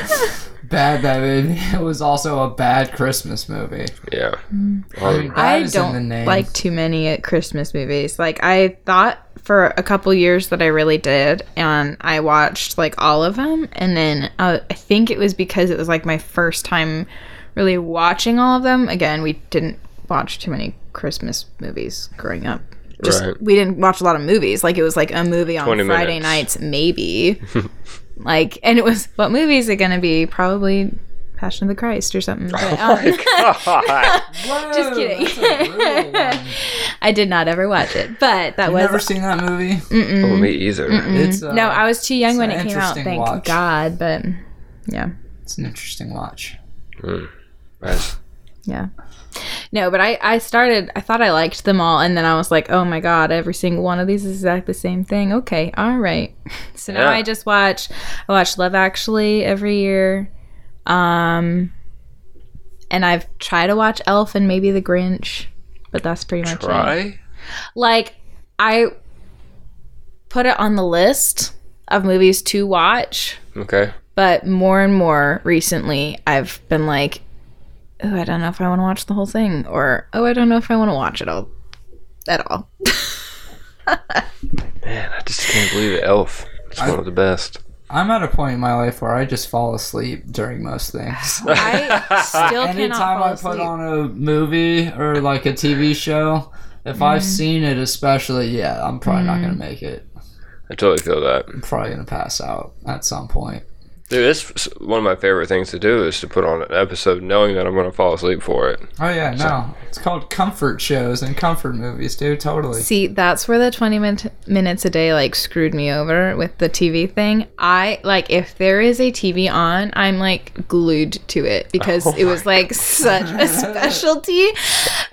Speaker 3: bad that movie, it was also a bad Christmas movie.
Speaker 2: Yeah.
Speaker 1: Mm-hmm.
Speaker 3: I, mean, bad
Speaker 1: I
Speaker 3: is in the
Speaker 1: don't
Speaker 3: name.
Speaker 1: like too many at Christmas movies. Like I thought for a couple years that I really did, and I watched like all of them, and then uh, I think it was because it was like my first time really watching all of them. Again, we didn't watch too many Christmas movies growing up. Just
Speaker 2: Right.
Speaker 1: we didn't watch a lot of movies. Like it was like a movie on
Speaker 2: 20
Speaker 1: Friday
Speaker 2: minutes.
Speaker 1: nights, maybe. like, and it was what movie is it going to be? Probably Passion of the Christ or something. But, um, just kidding. I did not ever watch it, but that was
Speaker 3: Never seen that movie.
Speaker 2: Oh, me either.
Speaker 3: It's uh,
Speaker 1: Mm-hmm. no. I was too young
Speaker 3: it's
Speaker 1: when
Speaker 3: an
Speaker 1: it came out.
Speaker 3: interesting
Speaker 1: Thank
Speaker 3: watch.
Speaker 1: God, but yeah,
Speaker 3: It's an interesting watch.
Speaker 2: That's
Speaker 1: Yeah. No, but I, I started, I thought I liked them all, and then I was like, oh my god, every single one of these is exactly the same thing. Okay, all right. So now
Speaker 2: Yeah.
Speaker 1: I just watch, I watch Love Actually every year. Um, and I've tried to watch Elf and maybe The Grinch, but that's pretty much it.
Speaker 2: Try?
Speaker 1: Like, I put it on the list of movies to watch,
Speaker 2: Okay.
Speaker 1: but more and more recently i've been like oh i don't know if i want to watch the whole thing or oh i don't know if i want to watch it all at all
Speaker 2: Man, I just can't believe it. Elf. It's one of the best.
Speaker 3: I'm at a point in my life where I just fall asleep during most things.
Speaker 1: i still cannot
Speaker 3: Anytime
Speaker 1: fall
Speaker 3: I
Speaker 1: asleep
Speaker 3: put on a movie or like a TV show, if I've
Speaker 1: Mm.
Speaker 3: seen it, especially, yeah, I'm probably not gonna make it.
Speaker 2: I totally feel that.
Speaker 3: I'm probably gonna pass out at some point.
Speaker 2: Dude, that's one of my favorite things to do is to put on an episode knowing that I'm going to fall asleep for it.
Speaker 3: Oh yeah, no, it's called comfort shows and comfort movies, dude. Totally.
Speaker 1: see that's where the 20 min- minutes a day like screwed me over with the tv thing i like if there is a tv on i'm like glued to it because it was like such a specialty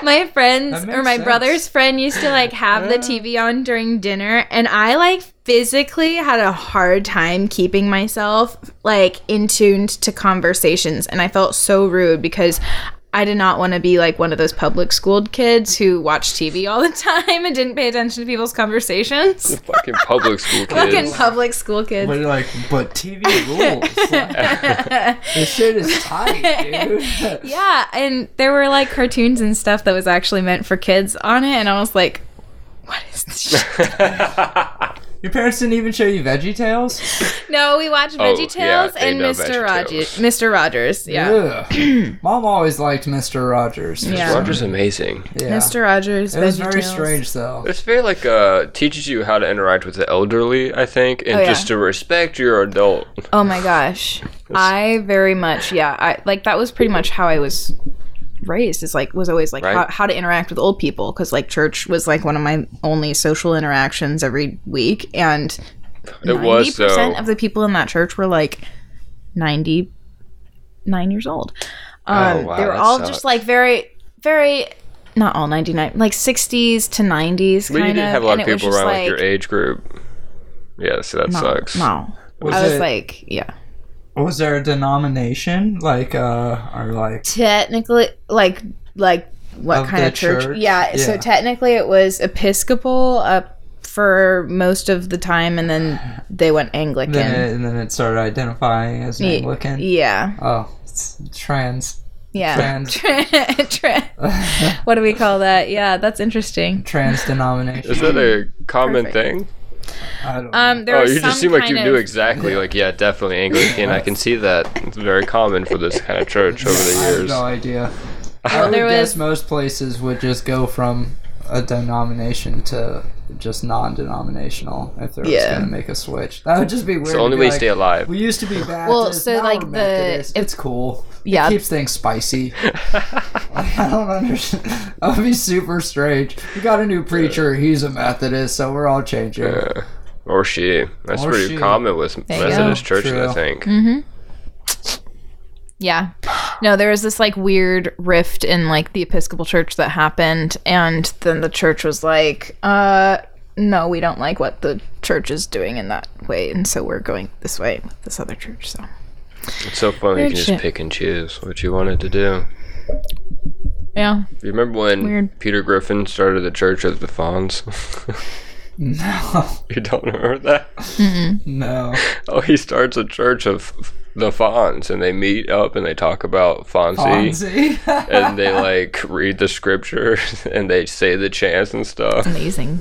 Speaker 1: my friends
Speaker 3: That
Speaker 1: or
Speaker 3: makes
Speaker 1: my
Speaker 3: sense.
Speaker 1: brother's friend used to like have the tv on during dinner and i like physically had a hard time keeping myself like in tuned to conversations and i felt so rude because I did not want to be like one of those public schooled kids who watched TV all the time and didn't pay attention to people's conversations.
Speaker 2: Fucking public school
Speaker 1: Fucking
Speaker 2: kids.
Speaker 1: public school kids.
Speaker 3: But you're like, but TV rules. this shit is tight, dude.
Speaker 1: Yeah, and there were like cartoons and stuff that was actually meant for kids on it, and I was like, what is this? shit?"
Speaker 3: Your parents didn't even show you Veggie Tales.
Speaker 1: no, we watched
Speaker 2: Oh,
Speaker 1: VeggieTales
Speaker 2: yeah,
Speaker 1: Tales
Speaker 2: they
Speaker 1: and
Speaker 2: know
Speaker 1: Mr. Rogers.
Speaker 2: VeggieTales.
Speaker 1: Mr. Rogers, yeah.
Speaker 3: Ugh. Mom always liked Mr. Rogers. for
Speaker 1: Yeah.
Speaker 3: some-
Speaker 2: Roger's amazing.
Speaker 3: yeah.
Speaker 1: Mr. Rogers.
Speaker 3: It was very
Speaker 1: VeggieTales.
Speaker 3: strange though.
Speaker 2: It's very like uh teaches you how to interact with the elderly, I think, and
Speaker 1: Oh, yeah.
Speaker 2: just to respect your adult.
Speaker 1: Oh my gosh. I very much, yeah. I like that was pretty much how I was raised. Is like was always like
Speaker 2: Right.
Speaker 1: how, how to interact with old people because like church was like one of my only social interactions every week, and
Speaker 2: It was though.
Speaker 1: of the people in that church were like ninety nine years old. Um,
Speaker 2: Oh, wow,
Speaker 1: they were
Speaker 2: that
Speaker 1: all
Speaker 2: sucks.
Speaker 1: just like very, very. Not all ninety nine, like sixties to nineties,
Speaker 2: but
Speaker 1: kind
Speaker 2: you did
Speaker 1: of.
Speaker 2: have a lot
Speaker 1: and
Speaker 2: of
Speaker 1: it was
Speaker 2: people
Speaker 1: just
Speaker 2: around like, your age group. Yeah, so that
Speaker 1: no,
Speaker 2: sucks.
Speaker 1: No,
Speaker 3: Was
Speaker 1: I was
Speaker 3: it-
Speaker 1: like, yeah.
Speaker 3: Was there a denomination like uh or like
Speaker 1: technically like like what
Speaker 3: Of
Speaker 1: kind
Speaker 3: the
Speaker 1: of church?
Speaker 3: church?
Speaker 1: Yeah, so
Speaker 3: Yeah.
Speaker 1: technically it was episcopal up for most of the time and then they went anglican
Speaker 3: then it, and then it started identifying as an
Speaker 1: Ye-
Speaker 3: Anglican?
Speaker 1: yeah
Speaker 3: Oh, it's trans
Speaker 1: yeah
Speaker 3: Trans.
Speaker 1: Tra- tra- what do we call that yeah that's interesting
Speaker 3: trans denomination.
Speaker 2: Is that a common
Speaker 1: Perfect.
Speaker 2: thing?
Speaker 3: I don't
Speaker 1: um there
Speaker 2: Oh,
Speaker 1: was
Speaker 2: you
Speaker 1: some
Speaker 2: just seem like
Speaker 1: kind
Speaker 2: you
Speaker 1: of,
Speaker 2: knew exactly. Like, yeah, definitely Anglican. I can see that. It's very common for this kind of church over
Speaker 3: I have no
Speaker 2: the
Speaker 3: idea. I would
Speaker 1: there
Speaker 3: guess
Speaker 1: was-
Speaker 3: most places would just go from a denomination to just non-denominational if they're
Speaker 1: Yeah.
Speaker 3: going to make a switch. That would just be weird. It's
Speaker 2: the only way to stay alive.
Speaker 3: We used to be Baptist.
Speaker 1: Well, so,
Speaker 3: now
Speaker 1: like, the-
Speaker 3: we're Methodist. it's cool.
Speaker 1: Yeah.
Speaker 3: it keeps things spicy. I don't understand. That would be super strange. We got a new preacher. He's a Methodist, so we're all changing.
Speaker 2: years. Or she. That's
Speaker 3: Or
Speaker 2: pretty
Speaker 3: she.
Speaker 2: common with
Speaker 1: you
Speaker 2: Methodist
Speaker 3: go.
Speaker 2: churches, I
Speaker 3: True.
Speaker 2: think.
Speaker 1: Mm-hmm. Yeah. No, there was this like weird rift in like the Episcopal Church that happened and then the church was like, uh no, we don't like what the church is doing in that way and so we're going this way with this other church. So
Speaker 2: It's so funny. You
Speaker 1: Weird
Speaker 2: can just
Speaker 1: shit.
Speaker 2: pick and choose what you wanted to do.
Speaker 1: Yeah.
Speaker 2: You remember when
Speaker 1: Weird.
Speaker 2: Peter Griffin started the Church of the Fawns? you don't remember that?
Speaker 3: No.
Speaker 2: Oh, he starts a Church of the Fawns, and they meet up and they talk about Fonzie,
Speaker 3: Fonzie.
Speaker 2: and they like read the scriptures and they say the chants and stuff.
Speaker 1: Amazing.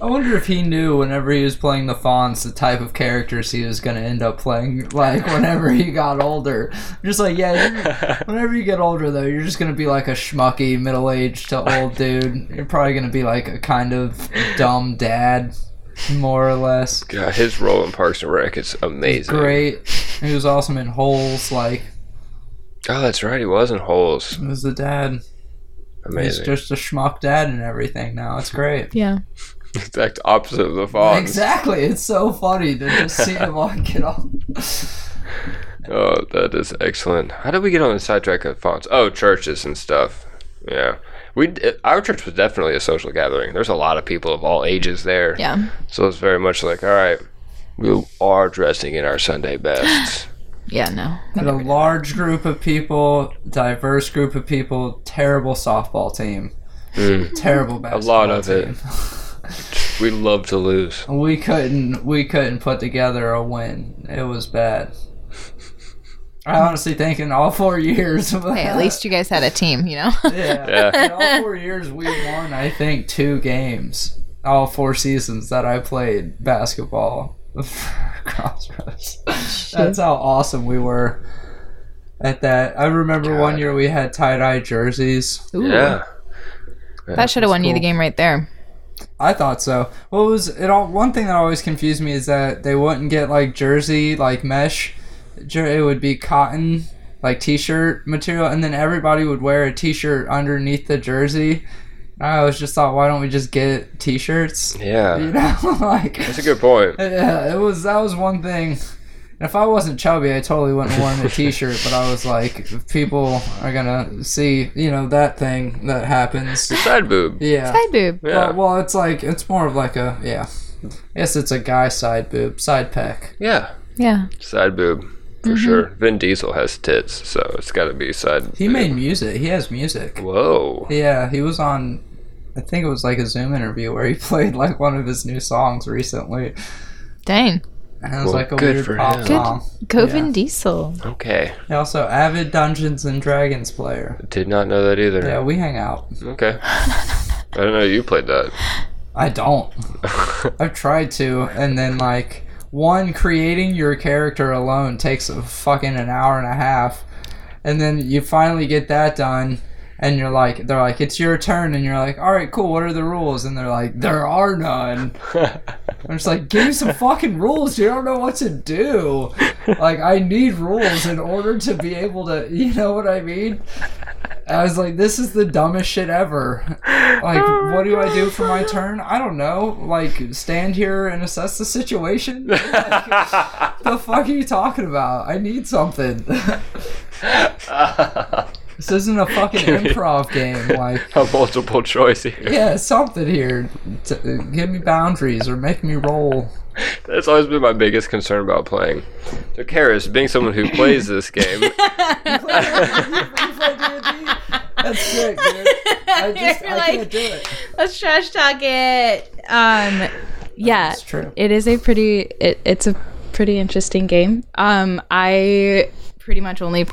Speaker 3: I wonder if he knew whenever he was playing the Fonz the type of characters he was going to end up playing, like whenever he got older. Just like, yeah, you're- whenever you get older, though, you're just going to be like a schmucky middle aged to old dude. You're probably going to be like a kind of dumb dad, more or less.
Speaker 2: God, his role in Parks and Rec is amazing.
Speaker 3: Great. He was awesome in Holes, like,
Speaker 2: Oh, that's right. He was in Holes.
Speaker 3: he was the dad. He's
Speaker 2: Amazing.
Speaker 3: just a schmuck dad and everything now. It's great.
Speaker 1: Yeah.
Speaker 2: exact opposite of the Fonz.
Speaker 3: Exactly. It's so funny to just see him on get off.
Speaker 2: Oh, that is excellent. How did we get on the sidetrack of fonts? Oh, churches and stuff. Yeah. We, d- our church was definitely a social gathering. There's a lot of people of all ages there.
Speaker 7: Yeah.
Speaker 2: So it's very much like, all right, we are dressing in our Sunday best.
Speaker 7: Yeah, no.
Speaker 3: And a large group of people, diverse group of people, terrible softball team, terrible
Speaker 2: a
Speaker 3: basketball.
Speaker 2: lot of it. Hmm. we love to lose.
Speaker 3: We couldn't we couldn't put together a win. It was bad. I honestly think in all four years,
Speaker 7: Hey, at least you guys had a team, you know?
Speaker 3: yeah,
Speaker 2: Yeah.
Speaker 3: in all four years we won. I think two games, all four seasons that I played basketball for Crossroads. That's how awesome we were at that. I remember one
Speaker 2: God.
Speaker 3: year we had tie dye jerseys.
Speaker 7: Ooh,
Speaker 2: Yeah.
Speaker 7: That should have won you the
Speaker 3: cool.
Speaker 7: game right there.
Speaker 3: I thought so. What was it all? One thing that always confused me is that they wouldn't get like jersey, like mesh. Jer- It would be cotton, like t-shirt material, and then everybody would wear a t-shirt underneath the jersey. And I always just thought, why don't we just get t-shirts? You
Speaker 2: Yeah.
Speaker 3: know, like
Speaker 2: That's a good point.
Speaker 3: yeah, it was that was one thing. And if I wasn't chubby, I totally wouldn't have worn a t-shirt. but I was like, if people are gonna see, you know, that thing that happens.
Speaker 2: Side boob.
Speaker 3: Yeah.
Speaker 7: Hi, boob.
Speaker 2: Yeah.
Speaker 3: Well, well, it's like it's more of like a yeah. I guess it's a guy side boob, side peck.
Speaker 2: Yeah.
Speaker 7: Yeah.
Speaker 2: Side boob.
Speaker 3: Mm-hmm.
Speaker 2: For sure. Vin Diesel has tits, so it's got to be side.
Speaker 3: He
Speaker 2: boob.
Speaker 3: made music. He has music.
Speaker 2: Whoa.
Speaker 3: Yeah, he was on. I think it was like a Zoom interview where he played like one of his new songs recently,
Speaker 7: Dang.
Speaker 3: and it was
Speaker 2: Well,
Speaker 3: like a
Speaker 2: good
Speaker 3: weird
Speaker 2: for
Speaker 3: pop
Speaker 2: him.
Speaker 7: Good.
Speaker 3: song.
Speaker 7: Go Vin Diesel.
Speaker 2: Okay.
Speaker 3: He also avid Dungeons and Dragons player.
Speaker 2: Did not know that either.
Speaker 3: Yeah, we hang out.
Speaker 2: Okay. I don't know you played that.
Speaker 3: I don't. I've tried to, and then like one creating your character alone takes a fucking an hour and a half, and then you finally get that done, and you're like, they're like, it's your turn, and you're like, all right, cool. What are the rules? And they're like, there are none. I'm just like, give me some fucking rules. You don't know what to do. Like I need rules in order to be able to, you know what I mean? I was like, this is the dumbest shit ever. Like, what do I do for my turn? I don't know. Like, stand here and assess the situation? Like, the fuck are you talking about? I need something. this isn't a fucking improv game. Like,
Speaker 2: A multiple choice here.
Speaker 3: yeah, something here. T- give me boundaries or make me roll.
Speaker 2: That's always been my biggest concern about playing. So, Karis, being someone who plays this game,
Speaker 3: That's sick, dude. I just,
Speaker 7: You're
Speaker 3: I
Speaker 7: like-
Speaker 3: can't do it.
Speaker 7: Let's trash talk it. Um, yeah.
Speaker 3: It's true.
Speaker 1: it is a pretty it, it's a pretty interesting game um i pretty much only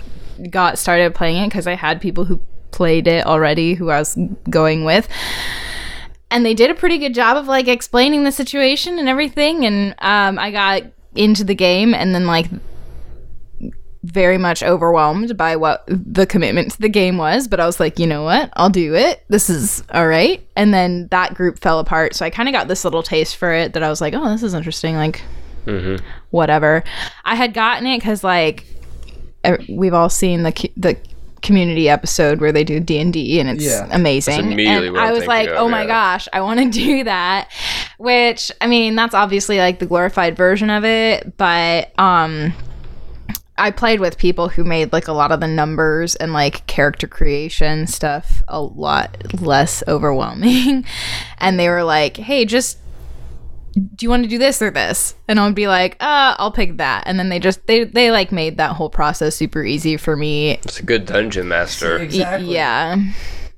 Speaker 1: got started playing it because i had people who played it already who i was going with and they did a pretty good job of like explaining the situation and everything and um i got into the game and then like very much overwhelmed by what the commitment to the game was, but I was like, you know what? I'll do it. This is all right. And then that group fell apart. So I kind of got this little taste for it that I was like, oh, this is interesting. Like, whatever. I had gotten it because, like, er- we've all seen the, cu- the, community episode where they do D&D and it's
Speaker 3: Yeah.
Speaker 1: amazing.
Speaker 2: immediately
Speaker 1: and
Speaker 2: what I'm
Speaker 1: I was like,
Speaker 2: thinking of,
Speaker 1: "Oh my
Speaker 2: yeah.
Speaker 1: gosh, I want to do that." Which, I mean, that's obviously like the glorified version of it, but um I played with people who made like a lot of the numbers and like character creation stuff a lot less overwhelming. and they were like, hey, just do you want to do this or this? And I would be like, uh, I'll pick that. And then they just, they, they like made that whole process super easy for me
Speaker 2: it's a good dungeon master.
Speaker 1: Y-
Speaker 3: Exactly.
Speaker 1: Yeah.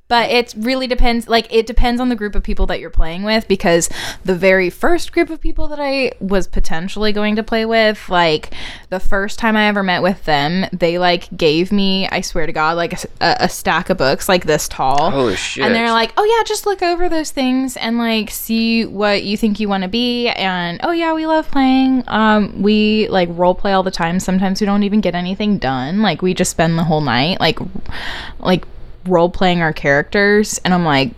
Speaker 1: But it really depends. Like, it depends on the group of people that you're playing with because the very first group of people that I was potentially going to play with, like, the first time I ever met with them, they, like, gave me, I swear to God, like, a, s- a- a stack of books, like, this tall.
Speaker 2: Holy shit.
Speaker 1: And they're like, oh, yeah, just look over those things and, like, see what you think you want to be. And, oh, yeah, we love playing. Um, we, like, role play all the time. Sometimes we don't even get anything done. Like, we just spend the whole night, like, like role playing our characters and I'm like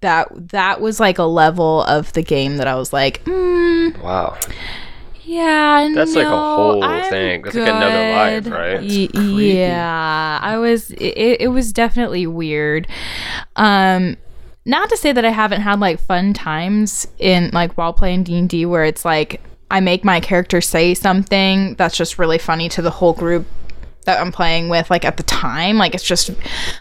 Speaker 1: that that was like a level of the game that I was like mm,
Speaker 2: wow.
Speaker 1: yeah
Speaker 2: That's like a
Speaker 1: no,
Speaker 2: whole
Speaker 1: I'm
Speaker 2: thing. That's like another life,
Speaker 1: good.
Speaker 2: right?
Speaker 1: Y- yeah I was it, it was definitely weird um not to say that I haven't had like fun times in like while playing D&D where it's like I make my character say something that's just really funny to the whole group that I'm playing with like at the time. Like it's just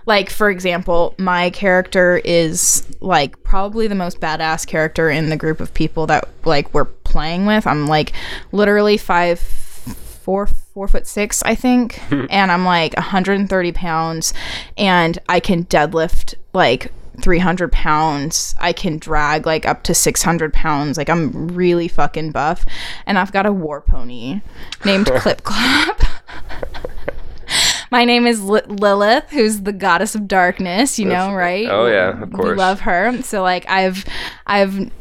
Speaker 1: like for example, my character is like probably the most badass character in the group of people that like we're playing with. I'm like literally five four four foot six, I think. and I'm like 130 pounds and I can deadlift like 300 pounds. I can drag like up to 600 pounds. Like I'm really fucking buff. And I've got a war pony named Clip Clop. My name is Li- Lilith, who's the goddess of darkness, you know, right?
Speaker 2: Oh yeah, of
Speaker 1: We
Speaker 2: course.
Speaker 1: love her. So like I've I've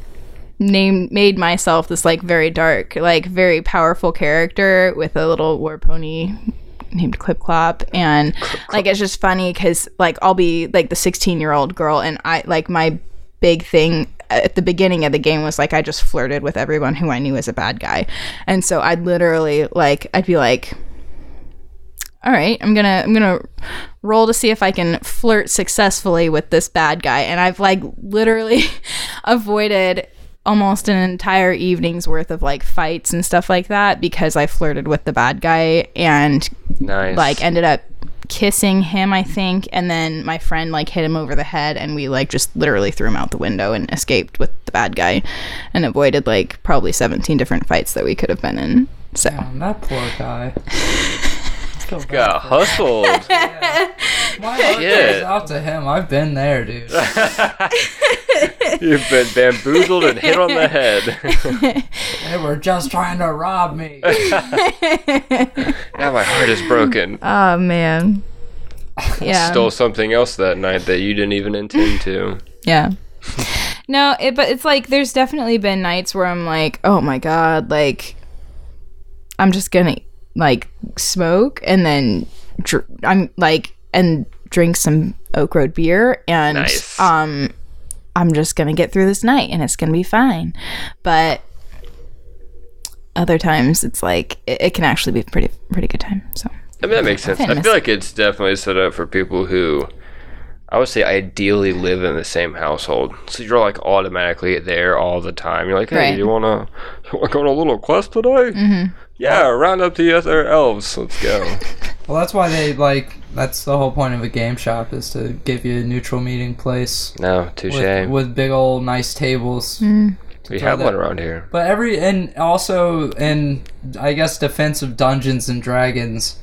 Speaker 1: named made myself this like very dark, like very powerful character with a little war pony named Clip Clop and like it's just funny cuz like I'll be like the 16-year-old girl and I like my big thing at the beginning of the game was like I just flirted with everyone who I knew as a bad guy. And so I'd literally like I'd be like all right i'm gonna i'm gonna roll to see if i can flirt successfully with this bad guy and i've like literally avoided almost an entire evening's worth of like fights and stuff like that because i flirted with the bad guy and
Speaker 2: nice.
Speaker 1: like ended up kissing him i think and then my friend like hit him over the head and we like just literally threw him out the window and escaped with the bad guy and avoided like probably 17 different fights that we could have been in so
Speaker 3: Damn, that poor guy. Feel bad
Speaker 2: got
Speaker 3: for
Speaker 2: hustled.
Speaker 3: him. My heart
Speaker 2: Shit.
Speaker 3: goes out to him. I've been there, dude.
Speaker 2: You've been bamboozled and hit on the head.
Speaker 3: They were just trying to rob me.
Speaker 2: now my heart is broken.
Speaker 1: oh man yeah
Speaker 2: Stole something else that night that you didn't even intend to.
Speaker 1: Yeah. No, it, but it's like there's definitely been nights where I'm like, oh my god, like I'm just gonna like smoke and then dr- I'm like and drink some Oak Road beer and
Speaker 2: Nice.
Speaker 1: um I'm just gonna get through this night and it's gonna be fine, but other times it's like it, it can actually be a pretty pretty good time. So
Speaker 2: I mean, that makes sense. I
Speaker 1: Famous.
Speaker 2: feel like it's definitely set up for people who, I would say, ideally live in the same household. So you're like automatically there all the time. You're like, hey,
Speaker 1: Right.
Speaker 2: you wanna you wanna go on a little quest today? Mm-hmm. Yeah, round up the other elves. Let's go.
Speaker 3: well, that's why they like. That's the whole point of a game shop is to give you a neutral meeting place
Speaker 2: no, touche.
Speaker 3: with, with big old nice tables.
Speaker 2: we have
Speaker 3: that-
Speaker 2: one around here.
Speaker 3: But every and also in I guess defense of Dungeons and Dragons,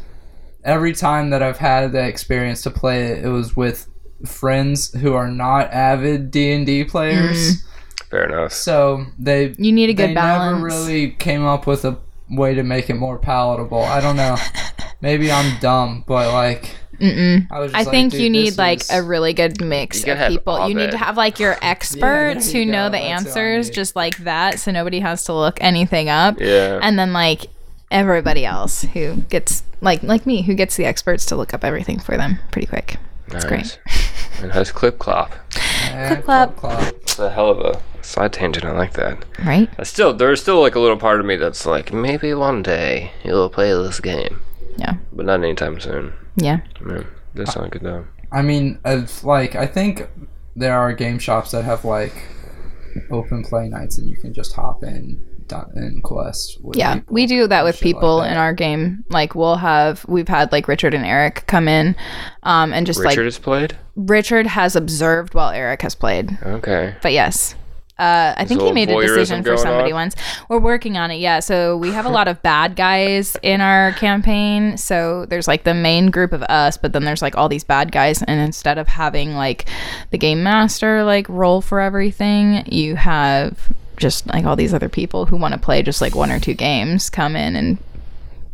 Speaker 3: every time that I've had the experience to play it, it was with friends who are not avid D and D players.
Speaker 2: Fair enough.
Speaker 3: So they
Speaker 1: you need a
Speaker 3: they
Speaker 1: good balance.
Speaker 3: never really came up with a way to make it more palatable. I don't know. Maybe I'm dumb, but like
Speaker 1: Mm-mm.
Speaker 3: I was. Just
Speaker 1: I
Speaker 3: like,
Speaker 1: think
Speaker 3: dude,
Speaker 1: you need
Speaker 3: this
Speaker 1: like
Speaker 3: is-
Speaker 1: a really good mix
Speaker 2: You gotta
Speaker 1: of
Speaker 2: have
Speaker 1: people.
Speaker 2: all
Speaker 1: You need
Speaker 2: that.
Speaker 1: to have like your experts
Speaker 3: there you
Speaker 1: who know
Speaker 3: go.
Speaker 1: the
Speaker 3: That's what I
Speaker 1: answers
Speaker 3: need.
Speaker 1: just like that so nobody has to look anything up.
Speaker 2: Yeah.
Speaker 1: And then like everybody else who gets like like me who gets the experts to look up everything for them pretty quick.
Speaker 2: That's
Speaker 1: great.
Speaker 2: And that's clip clop.
Speaker 3: eh,
Speaker 1: clap.
Speaker 3: clap.
Speaker 2: It's a hell of a side tangent. I like that.
Speaker 1: Right?
Speaker 2: I still, there's still like a little part of me that's like, maybe one day you'll play this game.
Speaker 1: Yeah.
Speaker 2: But not anytime soon.
Speaker 1: Yeah.
Speaker 2: Yeah, that sounds good uh, though.
Speaker 3: I mean, it's like I think there are game shops that have like open play nights, and you can just hop in dot- in quest. With
Speaker 1: Yeah,
Speaker 3: people.
Speaker 1: we do that with
Speaker 3: shit like
Speaker 1: people
Speaker 3: that.
Speaker 1: in our game. Like we'll have we've had like Richard and Eric come in um and just
Speaker 2: Richard
Speaker 1: like
Speaker 2: has played.
Speaker 1: Richard has observed while Eric has played.
Speaker 2: Okay.
Speaker 1: but yes. Uh, I think
Speaker 2: a
Speaker 1: he
Speaker 2: little
Speaker 1: made a
Speaker 2: voyeurism
Speaker 1: decision for
Speaker 2: going
Speaker 1: somebody
Speaker 2: on?
Speaker 1: once. We're working on it, yeah. So we have a lot of bad guys in our campaign. So there's like the main group of us, but then there's like all these bad guys. And instead of having like the game master like roll for everything, you have just like all these other people who want to play just like one or two games come in and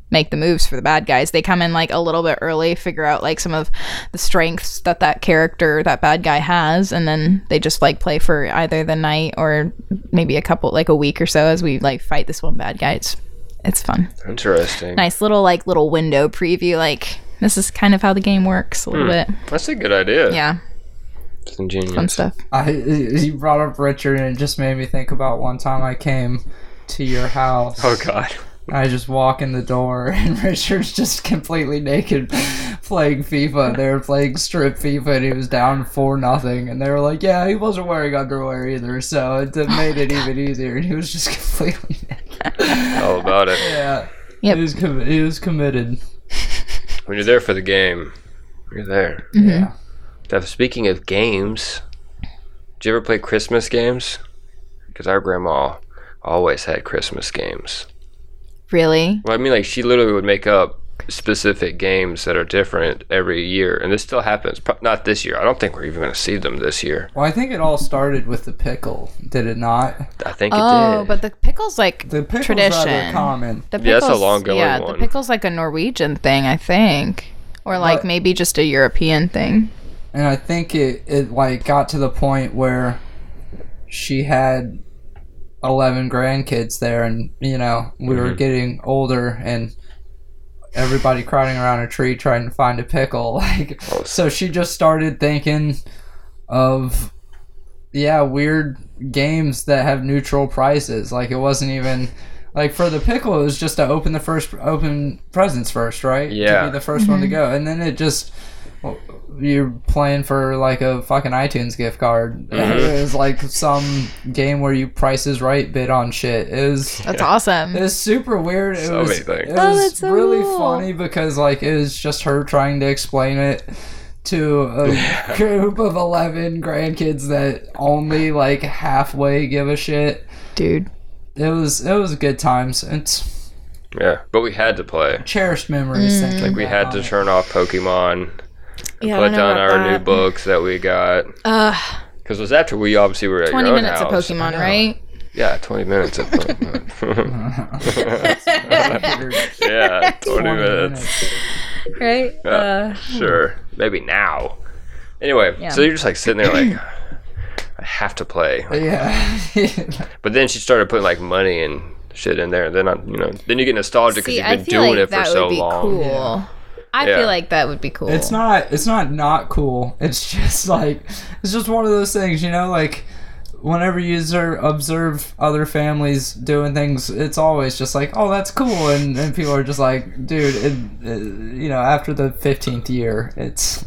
Speaker 1: make the moves for the bad guys. They come in like a little bit early, figure out like some of the strengths that that character, that bad guy has, and then they just like play for either the night or maybe a couple like a week or so as we like fight this one bad guy. It's it's fun.
Speaker 2: Interesting.
Speaker 1: Nice little like little window preview like this is kind of how the game works a little
Speaker 2: Hmm.
Speaker 1: bit.
Speaker 2: That's a good idea.
Speaker 1: Yeah,
Speaker 2: It's ingenious.
Speaker 1: fun stuff.
Speaker 3: I you brought up Richard, and it just made me think about one time I came to your house.
Speaker 2: Oh god.
Speaker 3: I just walk in the door, and Richard's just completely naked playing FIFA. They were playing strip FIFA, and he was down four nothing. And they were like, "Yeah, he wasn't wearing underwear either, so it made it even easier." And he was just completely naked.
Speaker 2: about it.
Speaker 3: Yeah. It was com- it was committed.
Speaker 2: When you're there for the game, you're there.
Speaker 1: Mm-hmm.
Speaker 3: Yeah.
Speaker 2: Now, speaking of games, did you ever play Christmas games? Because our grandma always had Christmas games.
Speaker 1: Really?
Speaker 2: Well, I mean, like she literally would make up specific games that are different every year, and this still happens. Pro- not this year. I don't think we're even going to see them this year.
Speaker 3: Well, I think it all started with the pickle, did it not?
Speaker 2: I think it
Speaker 1: Oh,
Speaker 2: did.
Speaker 1: but the pickle's like
Speaker 3: The pickle's rather
Speaker 1: tradition.
Speaker 3: common.
Speaker 1: the
Speaker 2: Yeah, that's a long-going
Speaker 1: Yeah,
Speaker 2: one.
Speaker 1: the pickle's like a Norwegian thing, I think, or like
Speaker 3: But-
Speaker 1: maybe just a European thing.
Speaker 3: and I think it, it like got to the point where she had eleven grandkids there, and you know we were getting older, and everybody crowding around a tree trying to find a pickle. Like, so she just started thinking of yeah weird games that have neutral prices. Like it wasn't even. Like for the pickle, it was just to open the first open presents first, right?
Speaker 2: Yeah.
Speaker 3: To be the 1st one to go, and then it just you're playing for like a fucking iTunes gift card. It was like some game where you Price is Right bid on shit. It was
Speaker 1: That's awesome.
Speaker 3: it was super weird. It
Speaker 2: So
Speaker 3: was
Speaker 2: many things.
Speaker 3: it
Speaker 1: Oh,
Speaker 3: was
Speaker 1: that's so
Speaker 3: really
Speaker 1: cool.
Speaker 3: funny because like it was just her trying to explain it to a group of eleven grandkids that only like halfway give a shit.
Speaker 1: Dude,
Speaker 3: It was it was good times. It's
Speaker 2: yeah, but we had to play.
Speaker 3: cherished memories.
Speaker 1: Mm.
Speaker 3: thinking
Speaker 2: We
Speaker 3: back
Speaker 2: had
Speaker 3: on
Speaker 2: to uh,
Speaker 3: it.
Speaker 2: turn off Pokemon.
Speaker 1: yeah,
Speaker 2: put down our new books that we got. Because it was after we obviously were at
Speaker 1: Twenty
Speaker 2: your own
Speaker 1: minutes
Speaker 2: house.
Speaker 1: of Pokemon, right?
Speaker 2: Yeah, 20 minutes of Pokemon. yeah, 20 minutes.
Speaker 1: Right.
Speaker 2: Sure. Maybe now. Anyway, so you're just like sitting there like, I have to play.
Speaker 3: Yeah.
Speaker 2: But then she started putting like money and shit in there. Then I, you know, then you get nostalgic because
Speaker 1: See,
Speaker 2: you've
Speaker 1: I
Speaker 2: been
Speaker 1: feel
Speaker 2: doing
Speaker 1: like
Speaker 2: it for
Speaker 1: that
Speaker 2: so
Speaker 1: would be
Speaker 2: long.
Speaker 1: cool. I
Speaker 2: Yeah.
Speaker 1: feel like that would be cool.
Speaker 3: It's not it's not not cool. It's just like it's just one of those things, you know, like whenever you obser- observe other families doing things, it's always just like, "Oh, that's cool." And, and people are just like, "Dude, it, it, you know, after the 15th year, it's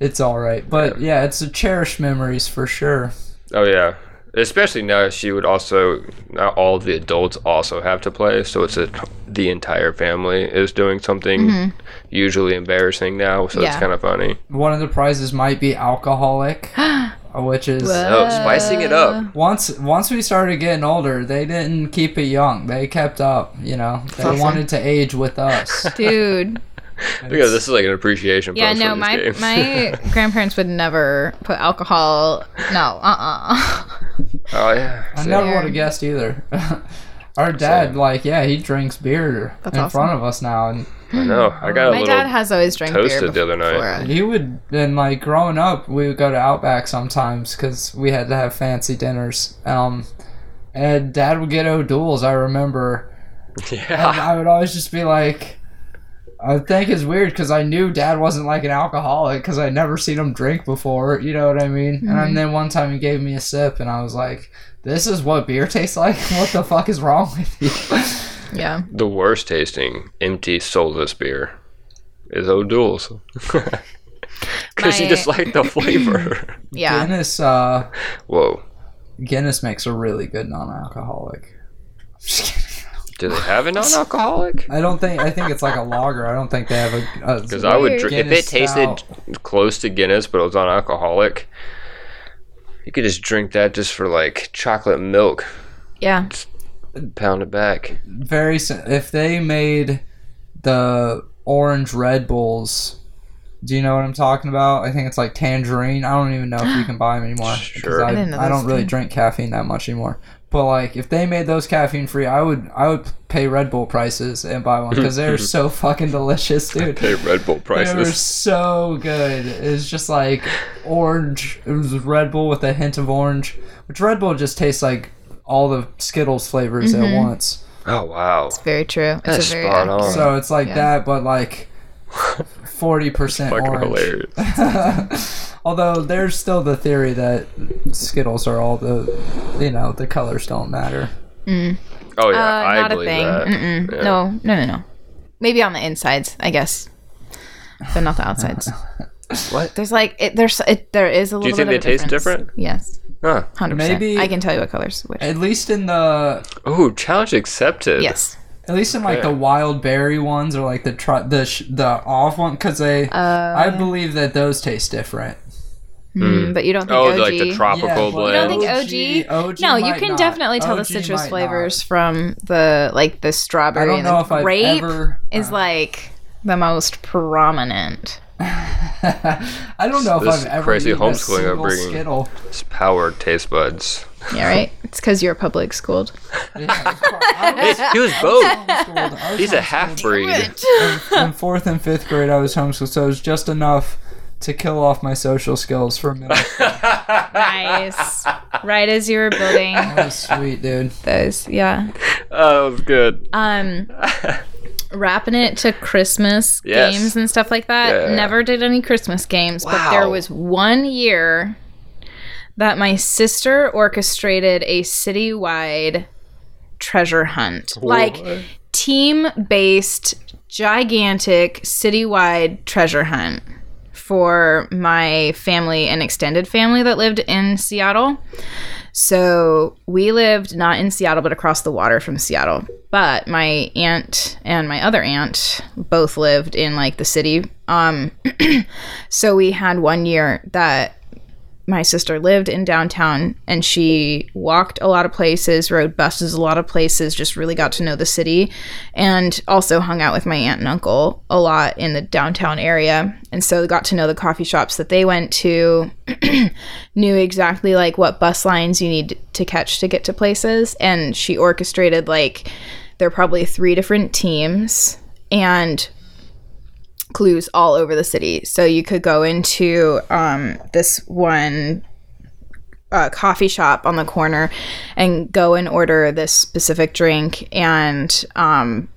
Speaker 3: it's all right." But yeah, it's a cherished memories for sure.
Speaker 2: Oh yeah, especially now she would also now all of the adults also have to play, so it's a, the entire family is doing something usually embarrassing now, so it's
Speaker 1: Mm-hmm. Yeah.
Speaker 2: kind of funny.
Speaker 3: One of the prizes might be alcoholic, which is
Speaker 1: Uh,
Speaker 2: Oh, spicing it up.
Speaker 3: once once we started getting older, they didn't keep it young. They kept up, you know. They wanted to age with us.
Speaker 1: dude.
Speaker 2: Look at this is like an appreciation.
Speaker 1: Yeah,
Speaker 2: post for
Speaker 1: no,
Speaker 2: these
Speaker 1: my
Speaker 2: games.
Speaker 1: my grandparents would never put alcohol. No, uh, uh
Speaker 2: oh yeah.
Speaker 3: I never would have guessed either. Our dad, like, yeah, he drinks beer in front of us now, and
Speaker 2: I know. I got a
Speaker 1: My
Speaker 2: little
Speaker 1: dad has always drank beer
Speaker 2: toasted the other night.
Speaker 1: before us.
Speaker 3: he would. And like growing up, we would go to Outback sometimes because we had to have fancy dinners. Um, and dad would get O'Doul's. I remember.
Speaker 2: yeah.
Speaker 3: And I would always just be like, I think it's weird because I knew dad wasn't like an alcoholic because I'd never seen him drink before. You know what I mean? And then one time he gave me a sip and I was like, this is what beer tastes like? What the fuck is wrong with you?
Speaker 1: Yeah,
Speaker 2: The worst tasting empty soulless beer is O'Doul's. Because you
Speaker 1: My-
Speaker 2: just like the flavor.
Speaker 1: yeah.
Speaker 3: Guinness, uh,
Speaker 2: Whoa.
Speaker 3: Guinness makes a really good non alcoholic.
Speaker 2: Do they have a non alcoholic?
Speaker 3: I don't think, I think it's like a lager. I don't think they have a.
Speaker 2: Because I would drink if it
Speaker 3: Guinness
Speaker 2: tasted close to Guinness, but it was non-alcoholic. You could just drink that just for like chocolate milk,
Speaker 1: Yeah.
Speaker 2: pound it back.
Speaker 3: very si- if they made the orange Red Bulls. Do you know what I'm talking about? I think it's like tangerine. I don't even know if you can buy them anymore. because
Speaker 2: Sure.
Speaker 3: I,
Speaker 2: I
Speaker 1: didn't know
Speaker 3: I don't
Speaker 1: those
Speaker 3: really
Speaker 1: things.
Speaker 3: drink caffeine that much anymore. But like, if they made those caffeine free, I would I would pay Red Bull prices and buy one because they're so fucking delicious, dude.
Speaker 2: Hey, Red Bull
Speaker 3: They were
Speaker 2: prices.
Speaker 3: so good. It's just like orange. It was Red Bull with a hint of orange, which Red Bull just tastes like all the Skittles flavors at
Speaker 1: Mm-hmm.
Speaker 3: once.
Speaker 2: Oh wow,
Speaker 1: Very true. It's
Speaker 2: that's
Speaker 1: a very
Speaker 2: spot on.
Speaker 3: So it's like that, but like forty percent
Speaker 2: Fucking
Speaker 3: orange.
Speaker 2: hilarious.
Speaker 3: Although there's still the theory that Skittles are all the, you know, the colors don't matter.
Speaker 2: Oh yeah,
Speaker 1: Uh,
Speaker 2: I
Speaker 1: not a
Speaker 2: believe
Speaker 1: thing.
Speaker 2: that.
Speaker 1: Mm-mm. No, no, no, no. Maybe on the insides, I guess, but not the outsides.
Speaker 2: What?
Speaker 1: There's like it, there's it, there is a little.
Speaker 2: Do you think they
Speaker 1: bit of a
Speaker 2: taste
Speaker 1: difference.
Speaker 2: different?
Speaker 1: Yes,
Speaker 2: Huh.
Speaker 1: hundred percent.
Speaker 3: Maybe-
Speaker 1: I can tell you what colors. Which
Speaker 3: At least in the
Speaker 2: Oh, challenge accepted.
Speaker 1: yes,
Speaker 3: At least in like the wild berry ones or like the tr- the sh- the off one because they I believe that those taste different.
Speaker 1: Mm, but you don't think
Speaker 2: Oh,
Speaker 1: OG.
Speaker 2: like the tropical
Speaker 3: but-
Speaker 2: blend.
Speaker 1: I don't think OG.
Speaker 3: OG
Speaker 1: no, you
Speaker 3: might
Speaker 1: can
Speaker 3: not.
Speaker 1: definitely tell the
Speaker 3: OG
Speaker 1: citrus
Speaker 3: might
Speaker 1: flavors from the like the
Speaker 3: I
Speaker 1: strawberry
Speaker 3: don't
Speaker 1: and the
Speaker 3: know if I've
Speaker 1: grape
Speaker 3: ever-
Speaker 1: is like the most prominent.
Speaker 3: not. I don't know
Speaker 2: This
Speaker 3: if
Speaker 2: is
Speaker 3: I've ever
Speaker 2: crazy
Speaker 3: eaten a
Speaker 2: homeschooling
Speaker 3: single
Speaker 2: upbringing.
Speaker 3: Skittle.
Speaker 2: It's powered taste buds.
Speaker 1: Yeah, right. it's because you're public schooled.
Speaker 2: he was both.
Speaker 3: Homeschooled. I was
Speaker 2: He's a half breed.
Speaker 3: in fourth and fifth grade, I was homeschooled, so it was just enough to kill off my social skills for a minute.
Speaker 1: Nice. right as you were building
Speaker 3: That was Oh, sweet, dude.
Speaker 1: those, yeah.
Speaker 2: Oh, that was good.
Speaker 1: Um, wrapping it to Christmas
Speaker 2: Yes.
Speaker 1: games and stuff like that.
Speaker 2: Yeah.
Speaker 1: Never did any Christmas games, but there
Speaker 2: Wow.
Speaker 1: was one year that my sister orchestrated a citywide treasure hunt, like team-based, gigantic citywide treasure hunt for my family and extended family that lived in Seattle. So we lived not in Seattle, but across the water from Seattle. But my aunt and my other aunt both lived in like the city. Um, so we had one year that my sister lived in downtown and she walked a lot of places, rode buses a lot of places, just really got to know the city and also hung out with my aunt and uncle a lot in the downtown area. And so got to know the coffee shops that they went to, knew exactly like what bus lines you need to catch to get to places and she orchestrated like there are probably three different teams and clues all over the city so you could go into um, this one uh, coffee shop on the corner and go and order this specific drink and um,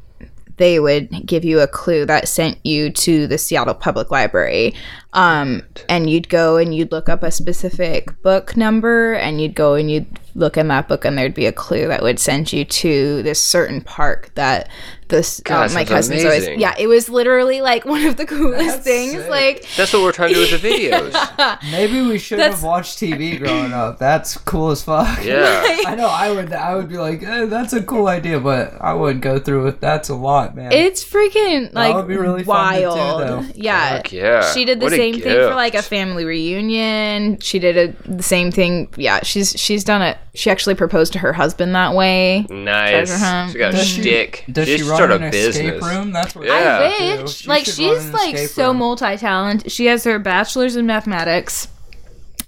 Speaker 1: they would give you a clue that sent you to the Seattle Public Library. Um, and you'd go and you'd look up a specific book number, and you'd go and you'd look in that book, and there'd be a clue that would send you to this certain park that this
Speaker 2: God,
Speaker 1: uh, my
Speaker 2: sounds
Speaker 1: cousins
Speaker 2: amazing.
Speaker 1: always. Yeah, it was literally like one of the coolest things.
Speaker 3: sick.
Speaker 1: Like
Speaker 2: That's what we're trying to do with the videos.
Speaker 3: Maybe we should have watched TV growing up. That's cool as fuck.
Speaker 2: Yeah.
Speaker 3: I know. I would. I would be like, eh, that's a cool idea, but I wouldn't go through with. That's a lot, man.
Speaker 1: It's freaking like
Speaker 3: would be really fun to do,
Speaker 1: wild.
Speaker 3: though.
Speaker 1: yeah.
Speaker 2: Fuck yeah.
Speaker 1: She did the
Speaker 2: What a
Speaker 1: same thing for like a
Speaker 2: gift.
Speaker 1: family reunion. She did a, the same thing. Yeah, she's she's done it. She actually proposed to her husband that way. Treasure
Speaker 2: Nice.
Speaker 1: hunt.
Speaker 2: She got a
Speaker 3: Does she-
Speaker 2: shtick.
Speaker 3: Does she,
Speaker 2: should
Speaker 3: run
Speaker 2: start
Speaker 3: an
Speaker 2: a
Speaker 3: escape
Speaker 2: business.
Speaker 3: room? That's what.
Speaker 2: Yeah.
Speaker 3: too.
Speaker 1: Bitch,
Speaker 3: She
Speaker 1: like
Speaker 3: should run
Speaker 1: she's
Speaker 3: an
Speaker 1: like
Speaker 3: escape
Speaker 1: so
Speaker 3: room.
Speaker 1: multi-talented. She has her bachelor's in mathematics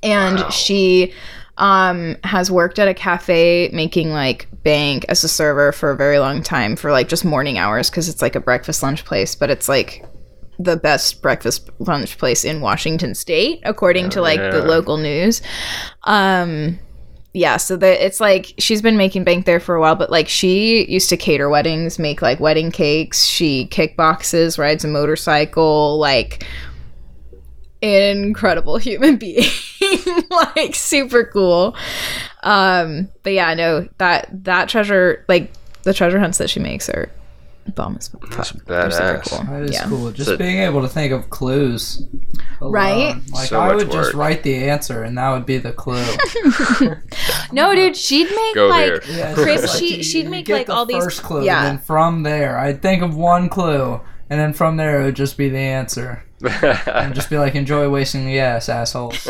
Speaker 1: and she um has worked at a cafe making like bank as a server for a very long time for like just morning hours cuz it's like a breakfast lunch place, but it's like the best breakfast lunch place in Washington state according to like the
Speaker 2: yeah.
Speaker 1: local news. Um yeah, so the, it's like she's been making bank there for a while, but like she used to cater weddings, make like wedding cakes. She kickboxes, rides a motorcycle, like incredible human being, like super cool. Um, but yeah, no, that that treasure, like the treasure hunts that she makes are bomb as fuck. They're super
Speaker 2: badass.
Speaker 1: cool.
Speaker 3: That is
Speaker 1: Yeah.
Speaker 3: cool. Just
Speaker 2: So-
Speaker 3: being able to think of clues. alone.
Speaker 1: Right?
Speaker 3: Like
Speaker 2: So
Speaker 3: I
Speaker 2: much
Speaker 3: would just
Speaker 2: work.
Speaker 3: write the answer, and that would be the clue.
Speaker 1: No, dude, she'd make
Speaker 2: Go
Speaker 1: like
Speaker 2: there.
Speaker 3: Yeah, it's
Speaker 1: Chris,
Speaker 3: just like
Speaker 1: she-
Speaker 3: you-
Speaker 1: she'd
Speaker 3: you
Speaker 1: make,
Speaker 3: get
Speaker 1: like,
Speaker 3: the
Speaker 1: all these-
Speaker 3: first clues,
Speaker 1: yeah.
Speaker 3: and then from there, I'd think of one clue, and then from there it would just be the answer, and just be like, "Enjoy wasting the ass, assholes."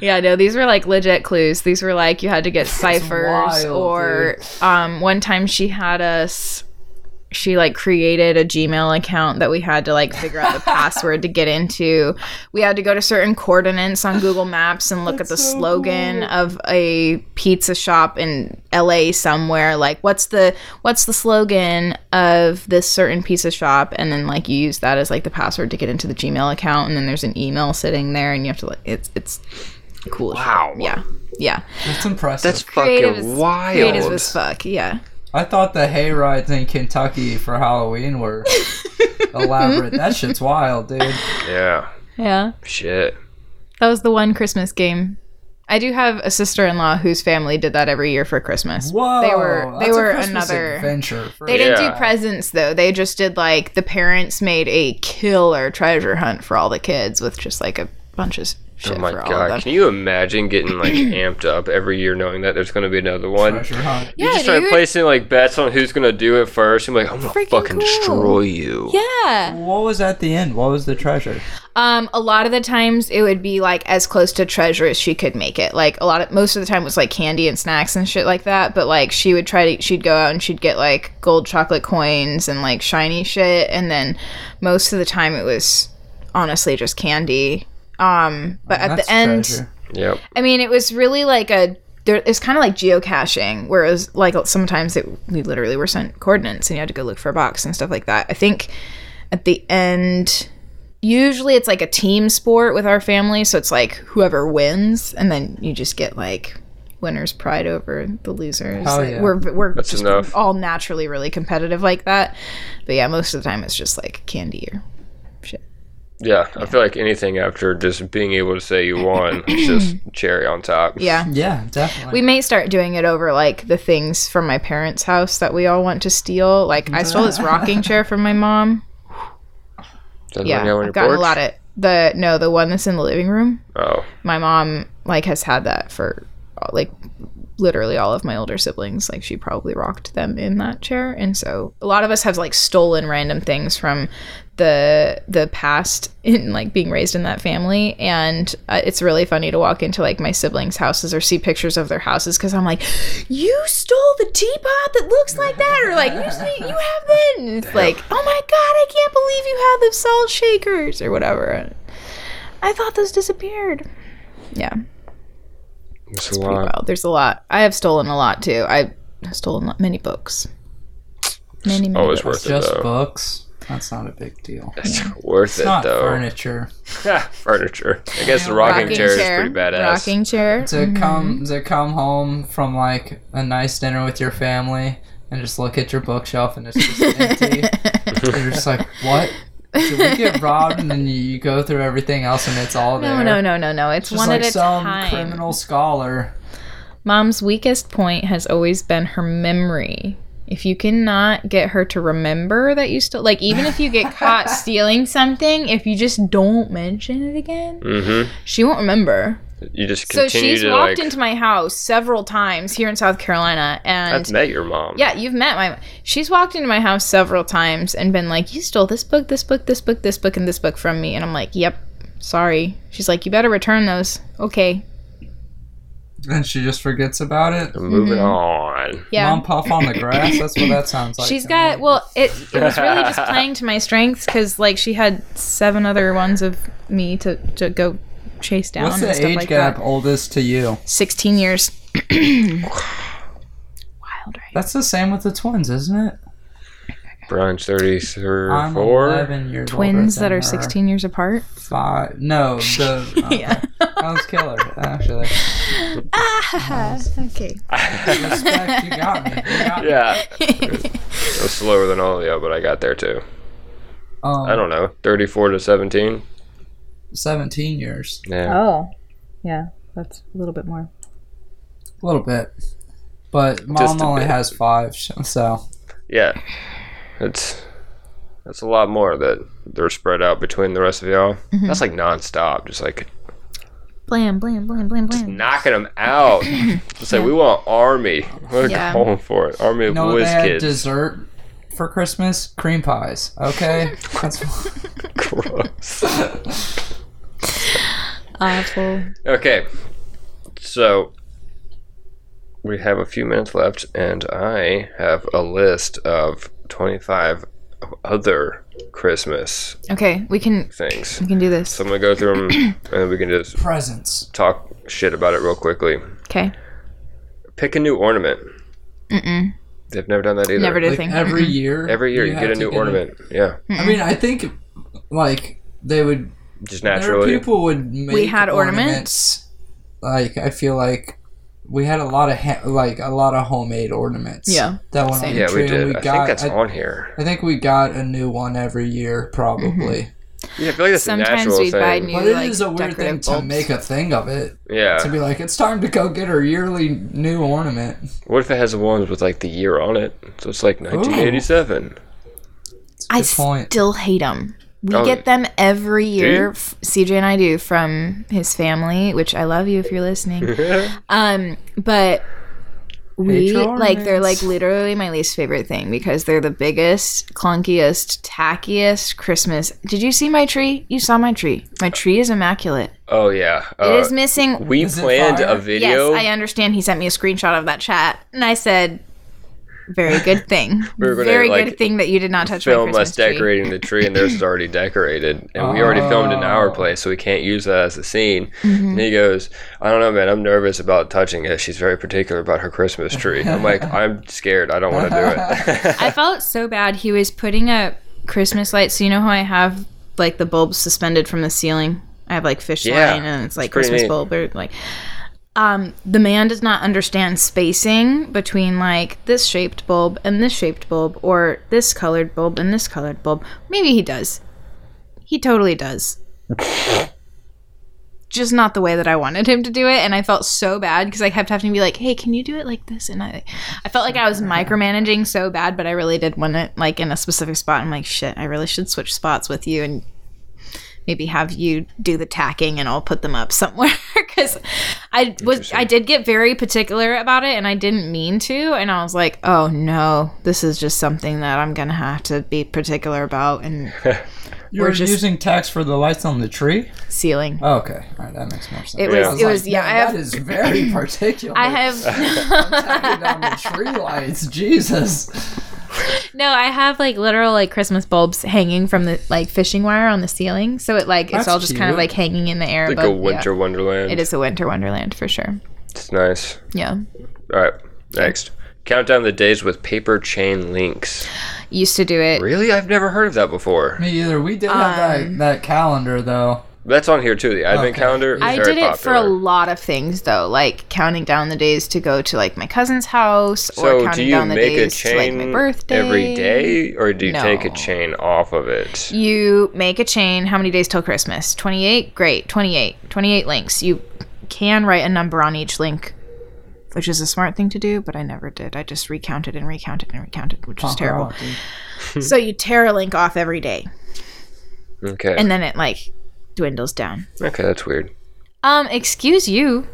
Speaker 1: Yeah, no, these were like legit clues. These were like you had to get ciphers
Speaker 3: wild,
Speaker 1: or um one time she had us she like created a Gmail account that we had to like figure out the password to get into. We had to go to certain coordinates on Google Maps and look at the slogan of a pizza shop in LA somewhere. Like what's the what's the slogan of this certain pizza shop and then like you use that as like the password to get into the Gmail account and then there's an email sitting there and you have to like it's it's cool. as shit.
Speaker 2: Wow.
Speaker 1: Yeah. Yeah.
Speaker 3: That's impressive.
Speaker 2: That's
Speaker 1: Creative
Speaker 2: fucking
Speaker 1: as-
Speaker 2: wild.
Speaker 1: Creative as fuck. Yeah.
Speaker 3: I thought the hay rides in Kentucky for Halloween were elaborate. That shit's wild, dude.
Speaker 2: Yeah.
Speaker 1: Yeah.
Speaker 2: Shit.
Speaker 1: That was the one Christmas game. I do have a sister-in-law whose family did that every year for Christmas.
Speaker 3: Whoa,
Speaker 1: They were they
Speaker 3: that's a
Speaker 1: were
Speaker 3: Christmas
Speaker 1: another
Speaker 3: adventure. for-
Speaker 1: They didn't
Speaker 2: Yeah.
Speaker 1: do presents though. They just did like the parents made a killer treasure hunt for all the kids with just like a bunch of shit
Speaker 2: oh my
Speaker 1: for all of
Speaker 2: god!
Speaker 1: them.
Speaker 2: Can you imagine getting like amped up every year, knowing that there's going to be another one?
Speaker 3: Treasure hunt.
Speaker 2: You just
Speaker 1: Yeah,
Speaker 2: start
Speaker 1: dude.
Speaker 2: placing like bets on who's going to do it first. I'm like, I'm going to
Speaker 1: Freaking
Speaker 2: fucking
Speaker 1: cool.
Speaker 2: destroy you.
Speaker 1: Yeah.
Speaker 3: What was at the end? What was the treasure?
Speaker 1: Um, a lot of the times it would be like as close to treasure as she could make it. Like a lot of most of the time it was like candy and snacks and shit like that. But like she would try to she'd go out and she'd get like gold chocolate coins and like shiny shit. And then most of the time it was honestly just candy. Um, but at
Speaker 3: Oh, That's
Speaker 1: the end,
Speaker 3: treasure.
Speaker 2: Yep.
Speaker 1: I mean, it was really like a. There, it's kind of like geocaching, whereas like sometimes it, we literally were sent coordinates and you had to go look for a box and stuff like that. I think at the end, usually it's like a team sport with our family, so it's like whoever wins, and then you just get like winner's pride over the losers.
Speaker 3: Hell
Speaker 1: Like,
Speaker 3: yeah.
Speaker 1: We're we're
Speaker 2: That's
Speaker 1: just
Speaker 2: enough.
Speaker 1: all naturally really competitive like that. But yeah, most of the time it's just like candy or
Speaker 2: Yeah, I feel like anything after just being able to say you won is just cherry on top.
Speaker 1: yeah.
Speaker 3: Yeah, definitely.
Speaker 1: We may start doing it over like the things from my parents' house that we all want to steal. Like I stole this rocking chair from my mom.
Speaker 2: Does
Speaker 1: Yeah,
Speaker 2: yeah, on your
Speaker 1: I've gotten
Speaker 2: porch?
Speaker 1: a lot of the no, the one that's in the living room.
Speaker 2: oh,
Speaker 1: My mom like has had that for like literally all of my older siblings. Like she probably rocked them in that chair, and so a lot of us have like stolen random things from the the past in like being raised in that family and uh, it's really funny to walk into like my siblings houses or see pictures of their houses because i'm like you stole the teapot that looks like that or like you, see- you have that and it's like oh my god i can't believe you have the salt shakers or whatever i thought those disappeared yeah
Speaker 2: that's a
Speaker 1: pretty
Speaker 2: lot.
Speaker 1: wild. there's a lot i have stolen a lot too i've stolen lo- many books many many
Speaker 2: Always
Speaker 1: books.
Speaker 2: worth it
Speaker 3: just
Speaker 2: though.
Speaker 3: books. That's not a big deal. It's
Speaker 2: Worth it
Speaker 3: not
Speaker 2: though.
Speaker 3: furniture.
Speaker 2: Furniture. I guess the rocking, chair, is pretty badass.
Speaker 1: Rocking chair.
Speaker 3: To come to come home from like a nice dinner with your family and just look at your bookshelf and it's just empty. You're just like, what? Did we get robbed? And then you, you go through everything else and it's all
Speaker 1: No,
Speaker 3: there.
Speaker 1: no, no, no, no. It's
Speaker 3: Just
Speaker 1: one
Speaker 3: like
Speaker 1: at a
Speaker 3: some
Speaker 1: time.
Speaker 3: criminal scholar.
Speaker 1: Mom's weakest point has always been her memory. If you cannot get her to remember that you stole, like, even if you get caught stealing something, if you just don't mention it again,
Speaker 2: Mm-hmm.
Speaker 1: she won't remember.
Speaker 2: You just
Speaker 1: So
Speaker 2: continue
Speaker 1: she's
Speaker 2: to
Speaker 1: walked
Speaker 2: like.
Speaker 1: into my house several times here in South Carolina, and
Speaker 2: I've met your mom.
Speaker 1: yeah, you've met my. She's walked into my house several times and been like, "You stole this book, this book, this book, this book, and this book from me," and I'm like, "Yep, sorry." She's like, "You better return those." Okay,
Speaker 3: And she just forgets about it.
Speaker 2: Moving on.
Speaker 1: Mm-hmm. yeah.
Speaker 3: Mom puff on the grass. That's what that sounds like.
Speaker 1: She's
Speaker 3: to
Speaker 1: got
Speaker 3: me.
Speaker 1: well. It it was really just playing to my strengths because like she had seven other ones of me to, to go chase down
Speaker 3: What's
Speaker 1: and
Speaker 3: the
Speaker 1: stuff
Speaker 3: age
Speaker 1: like
Speaker 3: gap
Speaker 1: that.
Speaker 3: oldest to you?
Speaker 1: Sixteen years. Wild, right?
Speaker 3: That's the same with the twins, isn't it?
Speaker 2: Brian's
Speaker 3: I'm
Speaker 2: 34.
Speaker 3: eleven years
Speaker 1: Twins
Speaker 3: older
Speaker 1: that
Speaker 3: than
Speaker 1: are
Speaker 3: her. Oh.
Speaker 1: sixteen years apart.
Speaker 3: Five. No, the okay.
Speaker 1: Yeah.
Speaker 3: that was killer. Actually,
Speaker 1: okay.
Speaker 3: Respect, you got me. You got me.
Speaker 2: Yeah. I was slower than all of you, but I got there too.
Speaker 3: Um,
Speaker 2: I don't know. 34 to 17?
Speaker 3: Seventeen years,
Speaker 2: Yeah.
Speaker 1: Oh, yeah. That's a little bit more.
Speaker 3: a little bit, but mom
Speaker 2: Just a
Speaker 3: only
Speaker 2: bit.
Speaker 3: has five, so- so
Speaker 2: Yeah. It's. That's a lot more that they're spread out between the rest of y'all. That's like nonstop, just like
Speaker 1: Mm-hmm. Blam, blam, blam, blam, blam.
Speaker 2: knocking them out. It's like we want army. We're
Speaker 1: Yeah.
Speaker 2: going for it. Army
Speaker 3: you
Speaker 2: of
Speaker 3: know what
Speaker 2: whiz
Speaker 3: they had
Speaker 2: kids.
Speaker 3: dessert for Christmas? Cream pies. Okay, that's
Speaker 2: Gross.
Speaker 1: Awful.
Speaker 2: okay, so we have a few minutes left, and I have a list of twenty-five other Christmas
Speaker 1: Okay, we can
Speaker 2: things.
Speaker 1: we can do this.
Speaker 2: So I'm gonna go through them, and then we can just
Speaker 3: presents.
Speaker 2: talk shit about it real quickly.
Speaker 1: Okay.
Speaker 2: Pick a new ornament. Mm-mm. They've never done that either.
Speaker 1: Never did a
Speaker 3: Like
Speaker 1: thing. Hmm.
Speaker 3: every year,
Speaker 2: Every year you,
Speaker 3: have
Speaker 2: get a
Speaker 3: to
Speaker 2: new ornament. Yeah,
Speaker 3: I mean, I think like they would
Speaker 2: just
Speaker 3: There
Speaker 2: naturally.
Speaker 3: people would make
Speaker 1: We had
Speaker 3: Like I feel like we had a lot of ha- like a lot of homemade ornaments.
Speaker 1: Yeah,
Speaker 3: that one.
Speaker 1: same.
Speaker 3: On the
Speaker 2: yeah,
Speaker 3: tree,
Speaker 2: we
Speaker 3: and
Speaker 2: did. I
Speaker 3: got,
Speaker 2: think that's
Speaker 3: I,
Speaker 2: on here.
Speaker 3: I think we got a new one every year, probably.
Speaker 2: Yeah, I feel like that's a
Speaker 1: Sometimes
Speaker 2: natural
Speaker 1: we
Speaker 2: thing.
Speaker 1: buy new
Speaker 3: But it
Speaker 1: Mm-hmm. like
Speaker 3: is a weird thing
Speaker 1: decorative
Speaker 3: to
Speaker 1: bulbs.
Speaker 3: make a thing of it.
Speaker 2: yeah.
Speaker 3: To be like, it's time to go get her yearly new ornament.
Speaker 2: What if it has the ones with like the
Speaker 3: Oh.
Speaker 2: year on it? So it's like 1987.
Speaker 1: I
Speaker 3: Good point.
Speaker 1: still hate them. We
Speaker 2: Oh,
Speaker 1: get them every
Speaker 2: you?
Speaker 1: year. F- CJ and I do from his family, which I love you if you're listening. um, but we like they're like literally my least favorite thing because they're the biggest, clunkiest, tackiest Christmas. Did you see my tree? You saw my tree. My tree is immaculate.
Speaker 2: Oh yeah.
Speaker 1: It
Speaker 2: Uh,
Speaker 1: is missing.
Speaker 2: we planned a video.
Speaker 1: Yes, I understand. He sent me a screenshot of that chat, and I said, "Very good thing.
Speaker 2: We were gonna,
Speaker 1: Very
Speaker 2: like,
Speaker 1: good thing that you did not touch my
Speaker 2: film
Speaker 1: Christmas
Speaker 2: us
Speaker 1: tree."
Speaker 2: decorating the tree and theirs is already decorated and we already filmed in
Speaker 1: Oh.
Speaker 2: our place so we can't use that as a scene and
Speaker 1: Mm-hmm.
Speaker 2: he goes i don't know man i'm nervous about touching it she's very particular about her christmas tree i'm like i'm scared i don't want to do it
Speaker 1: I felt so bad. He was putting up Christmas lights. So you know how I have like the bulbs suspended from the ceiling. I have like fish
Speaker 2: Yeah,
Speaker 1: line and it's like
Speaker 2: pretty
Speaker 1: Christmas
Speaker 2: neat.
Speaker 1: bulb or like. Um, the man does not understand spacing between like this shaped bulb and this shaped bulb or this colored bulb and this colored bulb. Maybe he does. He totally does. Just not the way that I wanted him to do it, and I felt so bad because I kept having to be like, "Hey, can you do it like this?" And I, I felt like I was micromanaging so bad, but I really did want it like in a specific spot. I'm like, shit, I really should switch spots with you and maybe have you do the tacking and I'll put them up somewhere because I was I did get very particular about it and I didn't mean to and I was like, oh no, this is just something that I'm gonna have to be particular about and
Speaker 3: You're
Speaker 1: just-
Speaker 3: using tax for the lights on the tree.
Speaker 1: sealing.
Speaker 3: Oh, okay, all right, that makes more sense.
Speaker 1: It was, it was, yeah. I
Speaker 3: that
Speaker 1: have,
Speaker 3: is very particular.
Speaker 1: I have,
Speaker 3: Tacked on the tree lights. Jesus.
Speaker 1: no, I have like literal like Christmas bulbs hanging from the like fishing wire on the ceiling, so it like it's
Speaker 3: That's
Speaker 1: all just kind of
Speaker 3: cute.
Speaker 1: like hanging in the air.
Speaker 2: like
Speaker 1: but,
Speaker 2: a
Speaker 1: yeah.
Speaker 2: winter wonderland
Speaker 1: It is a winter wonderland for sure.
Speaker 2: it's nice
Speaker 1: Yeah.
Speaker 2: all right next count down the days with paper chain links
Speaker 1: Used to do it.
Speaker 2: really i've never heard of that before
Speaker 3: Me either. We did have
Speaker 1: Um,
Speaker 3: that, that calendar though.
Speaker 2: that's on here too the advent
Speaker 3: Okay.
Speaker 2: calendar is
Speaker 1: I
Speaker 2: very
Speaker 1: did it for a
Speaker 2: popular.
Speaker 1: lot of things though, like counting down the days to go to like my cousin's house or
Speaker 2: so do
Speaker 1: counting
Speaker 2: you
Speaker 1: down the
Speaker 2: make a
Speaker 1: days to like
Speaker 2: chain
Speaker 1: my birthday.
Speaker 2: every day or do you take a
Speaker 1: No.
Speaker 2: chain off of it
Speaker 1: You make a chain. How many days till Christmas? 28? Great. 28. 28 links. You can write a number on each link, which is a smart thing to do, but I never did. I just recounted and recounted and recounted, which is terrible.
Speaker 3: Oh, dude.
Speaker 1: So you tear a link off every day,
Speaker 2: okay
Speaker 1: and then it like dwindles down.
Speaker 2: okay that's weird
Speaker 1: Um, excuse you.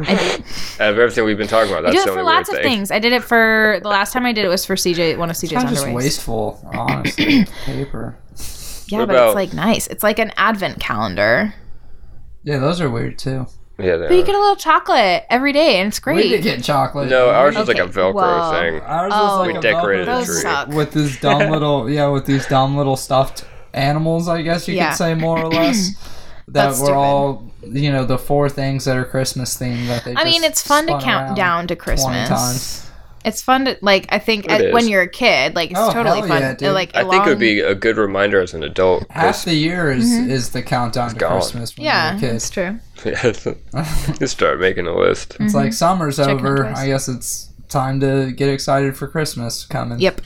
Speaker 2: out of everything we've been talking about,
Speaker 1: do
Speaker 2: that's
Speaker 1: it
Speaker 2: the
Speaker 1: for
Speaker 2: only
Speaker 1: lots of
Speaker 2: weird thing.
Speaker 1: things. I did it for the last time I did it was for CJ, one of CJ's
Speaker 3: Kind of just
Speaker 1: underwears.
Speaker 3: wasteful, honestly. Paper.
Speaker 1: Yeah,
Speaker 2: What
Speaker 1: but
Speaker 2: about-
Speaker 1: it's like nice. It's like an advent calendar.
Speaker 3: Yeah, those are weird too.
Speaker 2: Yeah, they
Speaker 1: But you
Speaker 2: are.
Speaker 1: get a little chocolate every day, and it's
Speaker 3: We did
Speaker 1: great.
Speaker 3: get chocolate.
Speaker 2: no, ours was like a
Speaker 1: Okay,
Speaker 2: Velcro
Speaker 1: well,
Speaker 2: thing.
Speaker 3: Ours
Speaker 1: Oh,
Speaker 3: was like
Speaker 1: We
Speaker 3: a
Speaker 2: decorated
Speaker 3: velvet
Speaker 2: a
Speaker 1: Those
Speaker 2: tree.
Speaker 1: suck.
Speaker 3: with these dumb little yeah with these dumb little stuffed animals i guess you
Speaker 1: Yeah.
Speaker 3: could say more or less that
Speaker 1: That's
Speaker 3: were all you know the four things that are christmas themed that they
Speaker 1: I mean,
Speaker 3: just
Speaker 1: it's fun to
Speaker 3: spun around
Speaker 1: count down to
Speaker 3: 20
Speaker 1: Christmas.
Speaker 3: times.
Speaker 1: It's fun to like. I think
Speaker 2: It
Speaker 1: at, when
Speaker 2: is.
Speaker 1: you're a kid, like it's
Speaker 3: Oh,
Speaker 1: totally
Speaker 3: hell
Speaker 1: fun.
Speaker 3: yeah, dude.
Speaker 1: like
Speaker 2: I think it would
Speaker 1: along-
Speaker 2: be a good reminder as an adult.
Speaker 3: half
Speaker 2: 'cause-
Speaker 3: the year is is the countdown to
Speaker 2: gone.
Speaker 3: christmas
Speaker 1: Mm-hmm.
Speaker 3: when
Speaker 1: Yeah,
Speaker 3: you're a kid.
Speaker 1: it's true.
Speaker 2: Yes. you start making a list.
Speaker 1: Mm.
Speaker 3: it's
Speaker 1: Mm-hmm.
Speaker 3: like summer's over
Speaker 1: twice.
Speaker 3: i guess it's time to get excited for christmas coming
Speaker 1: Yep.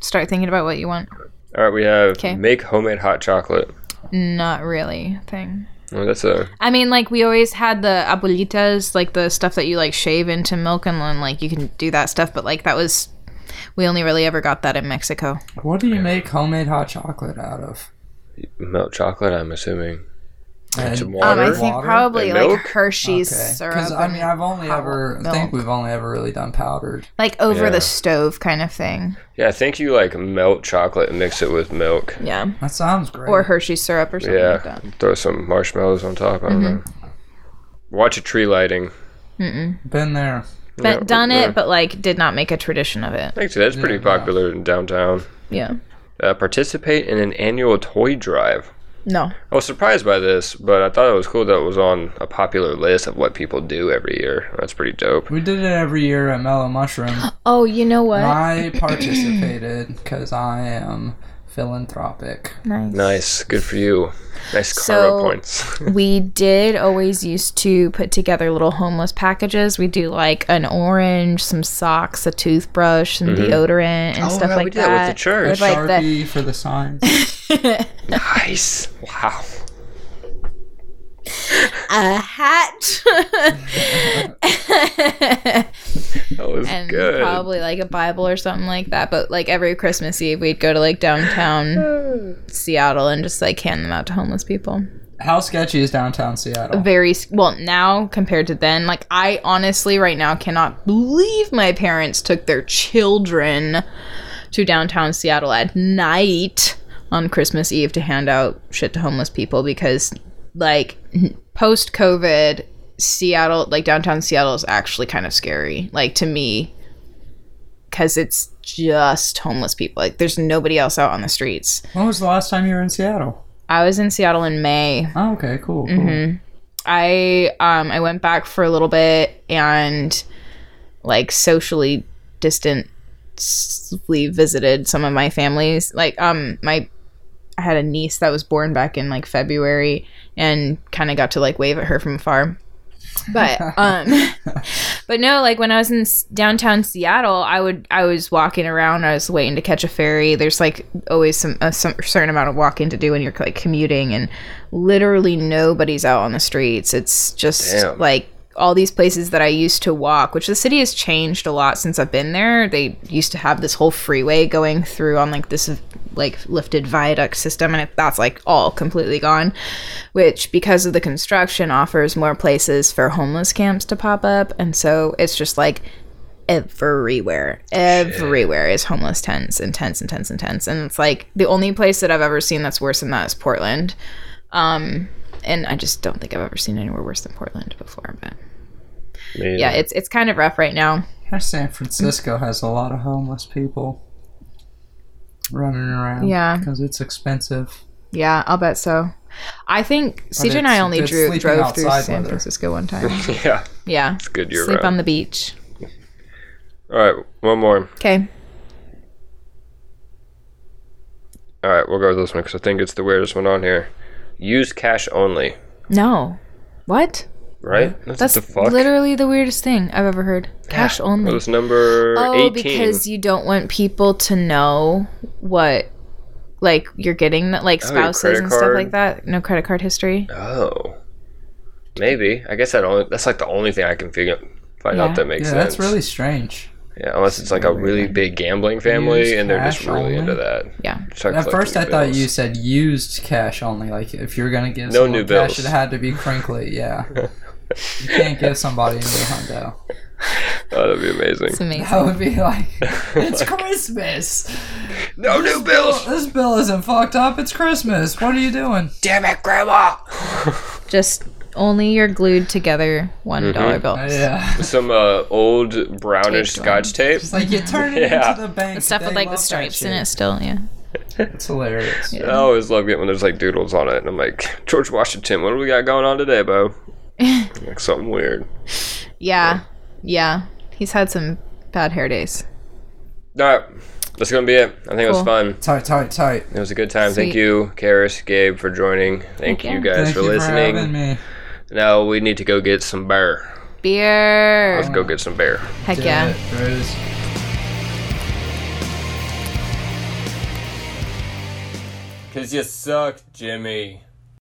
Speaker 1: Start thinking about what you want.
Speaker 2: All right, we have
Speaker 1: 'Kay.
Speaker 2: make homemade hot chocolate.
Speaker 1: Not really thing.
Speaker 2: Well, that's a
Speaker 1: I mean, like we always had the abuelitas, like the stuff that you like shave into milk, and then like you can do that stuff. But like that was, we only really ever got that in Mexico.
Speaker 3: what do you make homemade hot chocolate out of
Speaker 2: melt chocolate. I'm assuming.
Speaker 3: And-
Speaker 2: Some
Speaker 1: Um, I
Speaker 2: water.
Speaker 1: think probably
Speaker 2: And
Speaker 1: like
Speaker 2: milk?
Speaker 1: Hershey's
Speaker 3: Okay.
Speaker 1: syrup.
Speaker 3: 'Cause, I
Speaker 1: and,
Speaker 3: mean, I've only ever, I think
Speaker 1: milk.
Speaker 3: we've only ever really done powdered.
Speaker 1: like over
Speaker 2: Yeah.
Speaker 1: the stove kind of thing.
Speaker 2: yeah, I think you like melt chocolate and mix it with milk.
Speaker 1: Yeah,
Speaker 3: That sounds great.
Speaker 1: or Hershey's syrup or something like
Speaker 2: Yeah,
Speaker 1: that.
Speaker 2: throw some marshmallows on top. I don't know.
Speaker 1: Mm-hmm.
Speaker 2: Watch a tree lighting.
Speaker 3: Been there.
Speaker 1: But
Speaker 2: Yeah,
Speaker 1: done
Speaker 2: yeah.
Speaker 1: it, but like did not make a tradition of it.
Speaker 2: Actually, that's pretty popular in downtown.
Speaker 1: Yeah.
Speaker 2: Uh, participate in an annual toy drive.
Speaker 1: No.
Speaker 2: I was surprised by this, but I thought it was cool that it was on a popular list of what people do every year. That's pretty dope.
Speaker 3: We did it every year at Mellow Mushroom.
Speaker 1: Oh, you know what?
Speaker 3: I participated because I am philanthropic.
Speaker 2: Nice. Good for you. Nice karma
Speaker 1: So-
Speaker 2: points.
Speaker 1: we did always used to put together little homeless packages. We do like an orange, some socks, a toothbrush, some deodorant, and stuff
Speaker 2: Mm-hmm. Oh, yeah,
Speaker 1: like
Speaker 2: we did
Speaker 1: that.
Speaker 2: that with the church.
Speaker 1: With, like the
Speaker 3: Sharpie for the signs.
Speaker 2: nice. Wow.
Speaker 1: a hat.
Speaker 2: That was
Speaker 1: and
Speaker 2: good.
Speaker 1: probably like a Bible or something like that. But like every Christmas Eve, we'd go to like downtown Seattle and just like hand them out to homeless people.
Speaker 3: How sketchy is downtown Seattle?
Speaker 1: Very s- well now compared to then. Like I honestly right now cannot believe my parents took their children to downtown Seattle at night on Christmas Eve to hand out shit to homeless people because like post COVID. Seattle, like downtown Seattle, is actually kind of scary. Like to me, because it's just homeless people. Like there's nobody else out on the streets.
Speaker 3: When was the last time you were in Seattle?
Speaker 1: I was in Seattle in May.
Speaker 3: Oh, okay, cool. cool.
Speaker 1: Mm-hmm. I um I went back for a little bit and like socially distantly visited some of my families. Like um my I had a niece that was born back in like February and kind of got to like wave at her from afar. But um but no, like when I was in s- downtown Seattle, I would I was walking around, I was waiting to catch a ferry. There's like always some a some certain amount of walking to do when you're like commuting and literally nobody's out on the streets. It's just
Speaker 2: Damn.
Speaker 1: like all these places that I used to walk, which the city has changed a lot since I've been there. They used to have this whole freeway going through on like this like lifted viaduct system and it, that's like all completely gone, which because of the construction offers more places for homeless camps to pop up and so it's just like everywhere. Everywhere is homeless tents and tents and tents and tents. And it's like the only place that I've ever seen that's worse than that is Portland. Um, and I just don't think I've ever seen anywhere worse than Portland before. But
Speaker 2: Me
Speaker 1: yeah,
Speaker 2: either.
Speaker 1: it's it's kind of rough right now.
Speaker 3: San Francisco has a lot of homeless people running around.
Speaker 1: Yeah.
Speaker 3: because it's expensive.
Speaker 1: Yeah, I'll bet so. I think CJ and I
Speaker 3: it's-
Speaker 1: only
Speaker 3: it's
Speaker 1: drew,
Speaker 3: sleeping
Speaker 1: drove through
Speaker 3: outside
Speaker 1: San
Speaker 3: weather.
Speaker 1: Francisco one time.
Speaker 2: yeah,
Speaker 1: Yeah,
Speaker 2: it's good year
Speaker 1: sleep
Speaker 2: round.
Speaker 1: on the beach.
Speaker 2: All right, one more.
Speaker 1: Okay,
Speaker 2: All right, we'll go with this one because I think it's the weirdest one on here. Use cash only,
Speaker 1: no, what?
Speaker 2: right? That's,
Speaker 1: That's
Speaker 2: the fuck.
Speaker 1: literally the weirdest thing I've ever heard. Cash only.
Speaker 2: Well, it's number
Speaker 1: Oh,
Speaker 2: 18.
Speaker 1: because you don't want people to know what, like you're getting, like
Speaker 2: Oh, your
Speaker 1: spouses
Speaker 2: credit
Speaker 1: and stuff like
Speaker 2: card.
Speaker 1: that. No credit card history.
Speaker 2: oh, maybe. I guess that only that's like the only thing I can figure find
Speaker 1: Yeah.
Speaker 2: out that makes
Speaker 3: yeah,
Speaker 2: sense.
Speaker 3: that's really strange.
Speaker 2: yeah, unless it's like a really big gambling family
Speaker 3: Use
Speaker 2: and they're just
Speaker 3: cash
Speaker 2: really
Speaker 3: only?
Speaker 2: into that.
Speaker 1: Yeah.
Speaker 2: Just start
Speaker 3: At first, I
Speaker 2: collecting
Speaker 3: thought
Speaker 2: bills.
Speaker 3: you said used cash only. Like if you're gonna give
Speaker 2: No
Speaker 3: someone
Speaker 2: new
Speaker 3: cash,
Speaker 2: bills.
Speaker 3: it had to be crinkly. Yeah, you can't give somebody a new hundo.
Speaker 2: Oh, that'd be amazing.
Speaker 1: It's amazing.
Speaker 3: That would be like it's Christmas.
Speaker 2: No new bills.
Speaker 3: This bill isn't fucked up. It's Christmas. What are you doing?
Speaker 2: Damn it, Grandma.
Speaker 1: Just only your glued together one
Speaker 2: Mm-hmm.
Speaker 1: dollar
Speaker 3: Uh,
Speaker 1: bills.
Speaker 3: yeah,
Speaker 2: Some uh, old brownish
Speaker 1: Taped one.
Speaker 2: Scotch tape.
Speaker 3: it's like you turn it
Speaker 2: Yeah.
Speaker 3: into the bank.
Speaker 1: The stuff with like the stripes in it still. Yeah.
Speaker 3: It's hilarious.
Speaker 2: I always love it when there's like doodles on it, and I'm like, George Washington, what do we got going on today, Bo? like something weird.
Speaker 1: Yeah. Yeah. He's had some bad hair days.
Speaker 2: All right, that's gonna be it. I think it was
Speaker 1: Cool.
Speaker 2: fun.
Speaker 3: Tight, tight, tight.
Speaker 2: It was a good time. Thank
Speaker 1: Sweet.
Speaker 2: you, Karis, Gabe, for joining. Thank you
Speaker 1: you.
Speaker 2: guys
Speaker 3: Thank
Speaker 2: for
Speaker 3: you
Speaker 2: listening.
Speaker 3: for having me.
Speaker 2: now we need to go get some bear.
Speaker 1: Beer.
Speaker 3: Oh,
Speaker 2: Let's go get some bear.
Speaker 1: Heck yeah.
Speaker 3: Yeah, Rose.
Speaker 5: Cause you suck, Jimmy.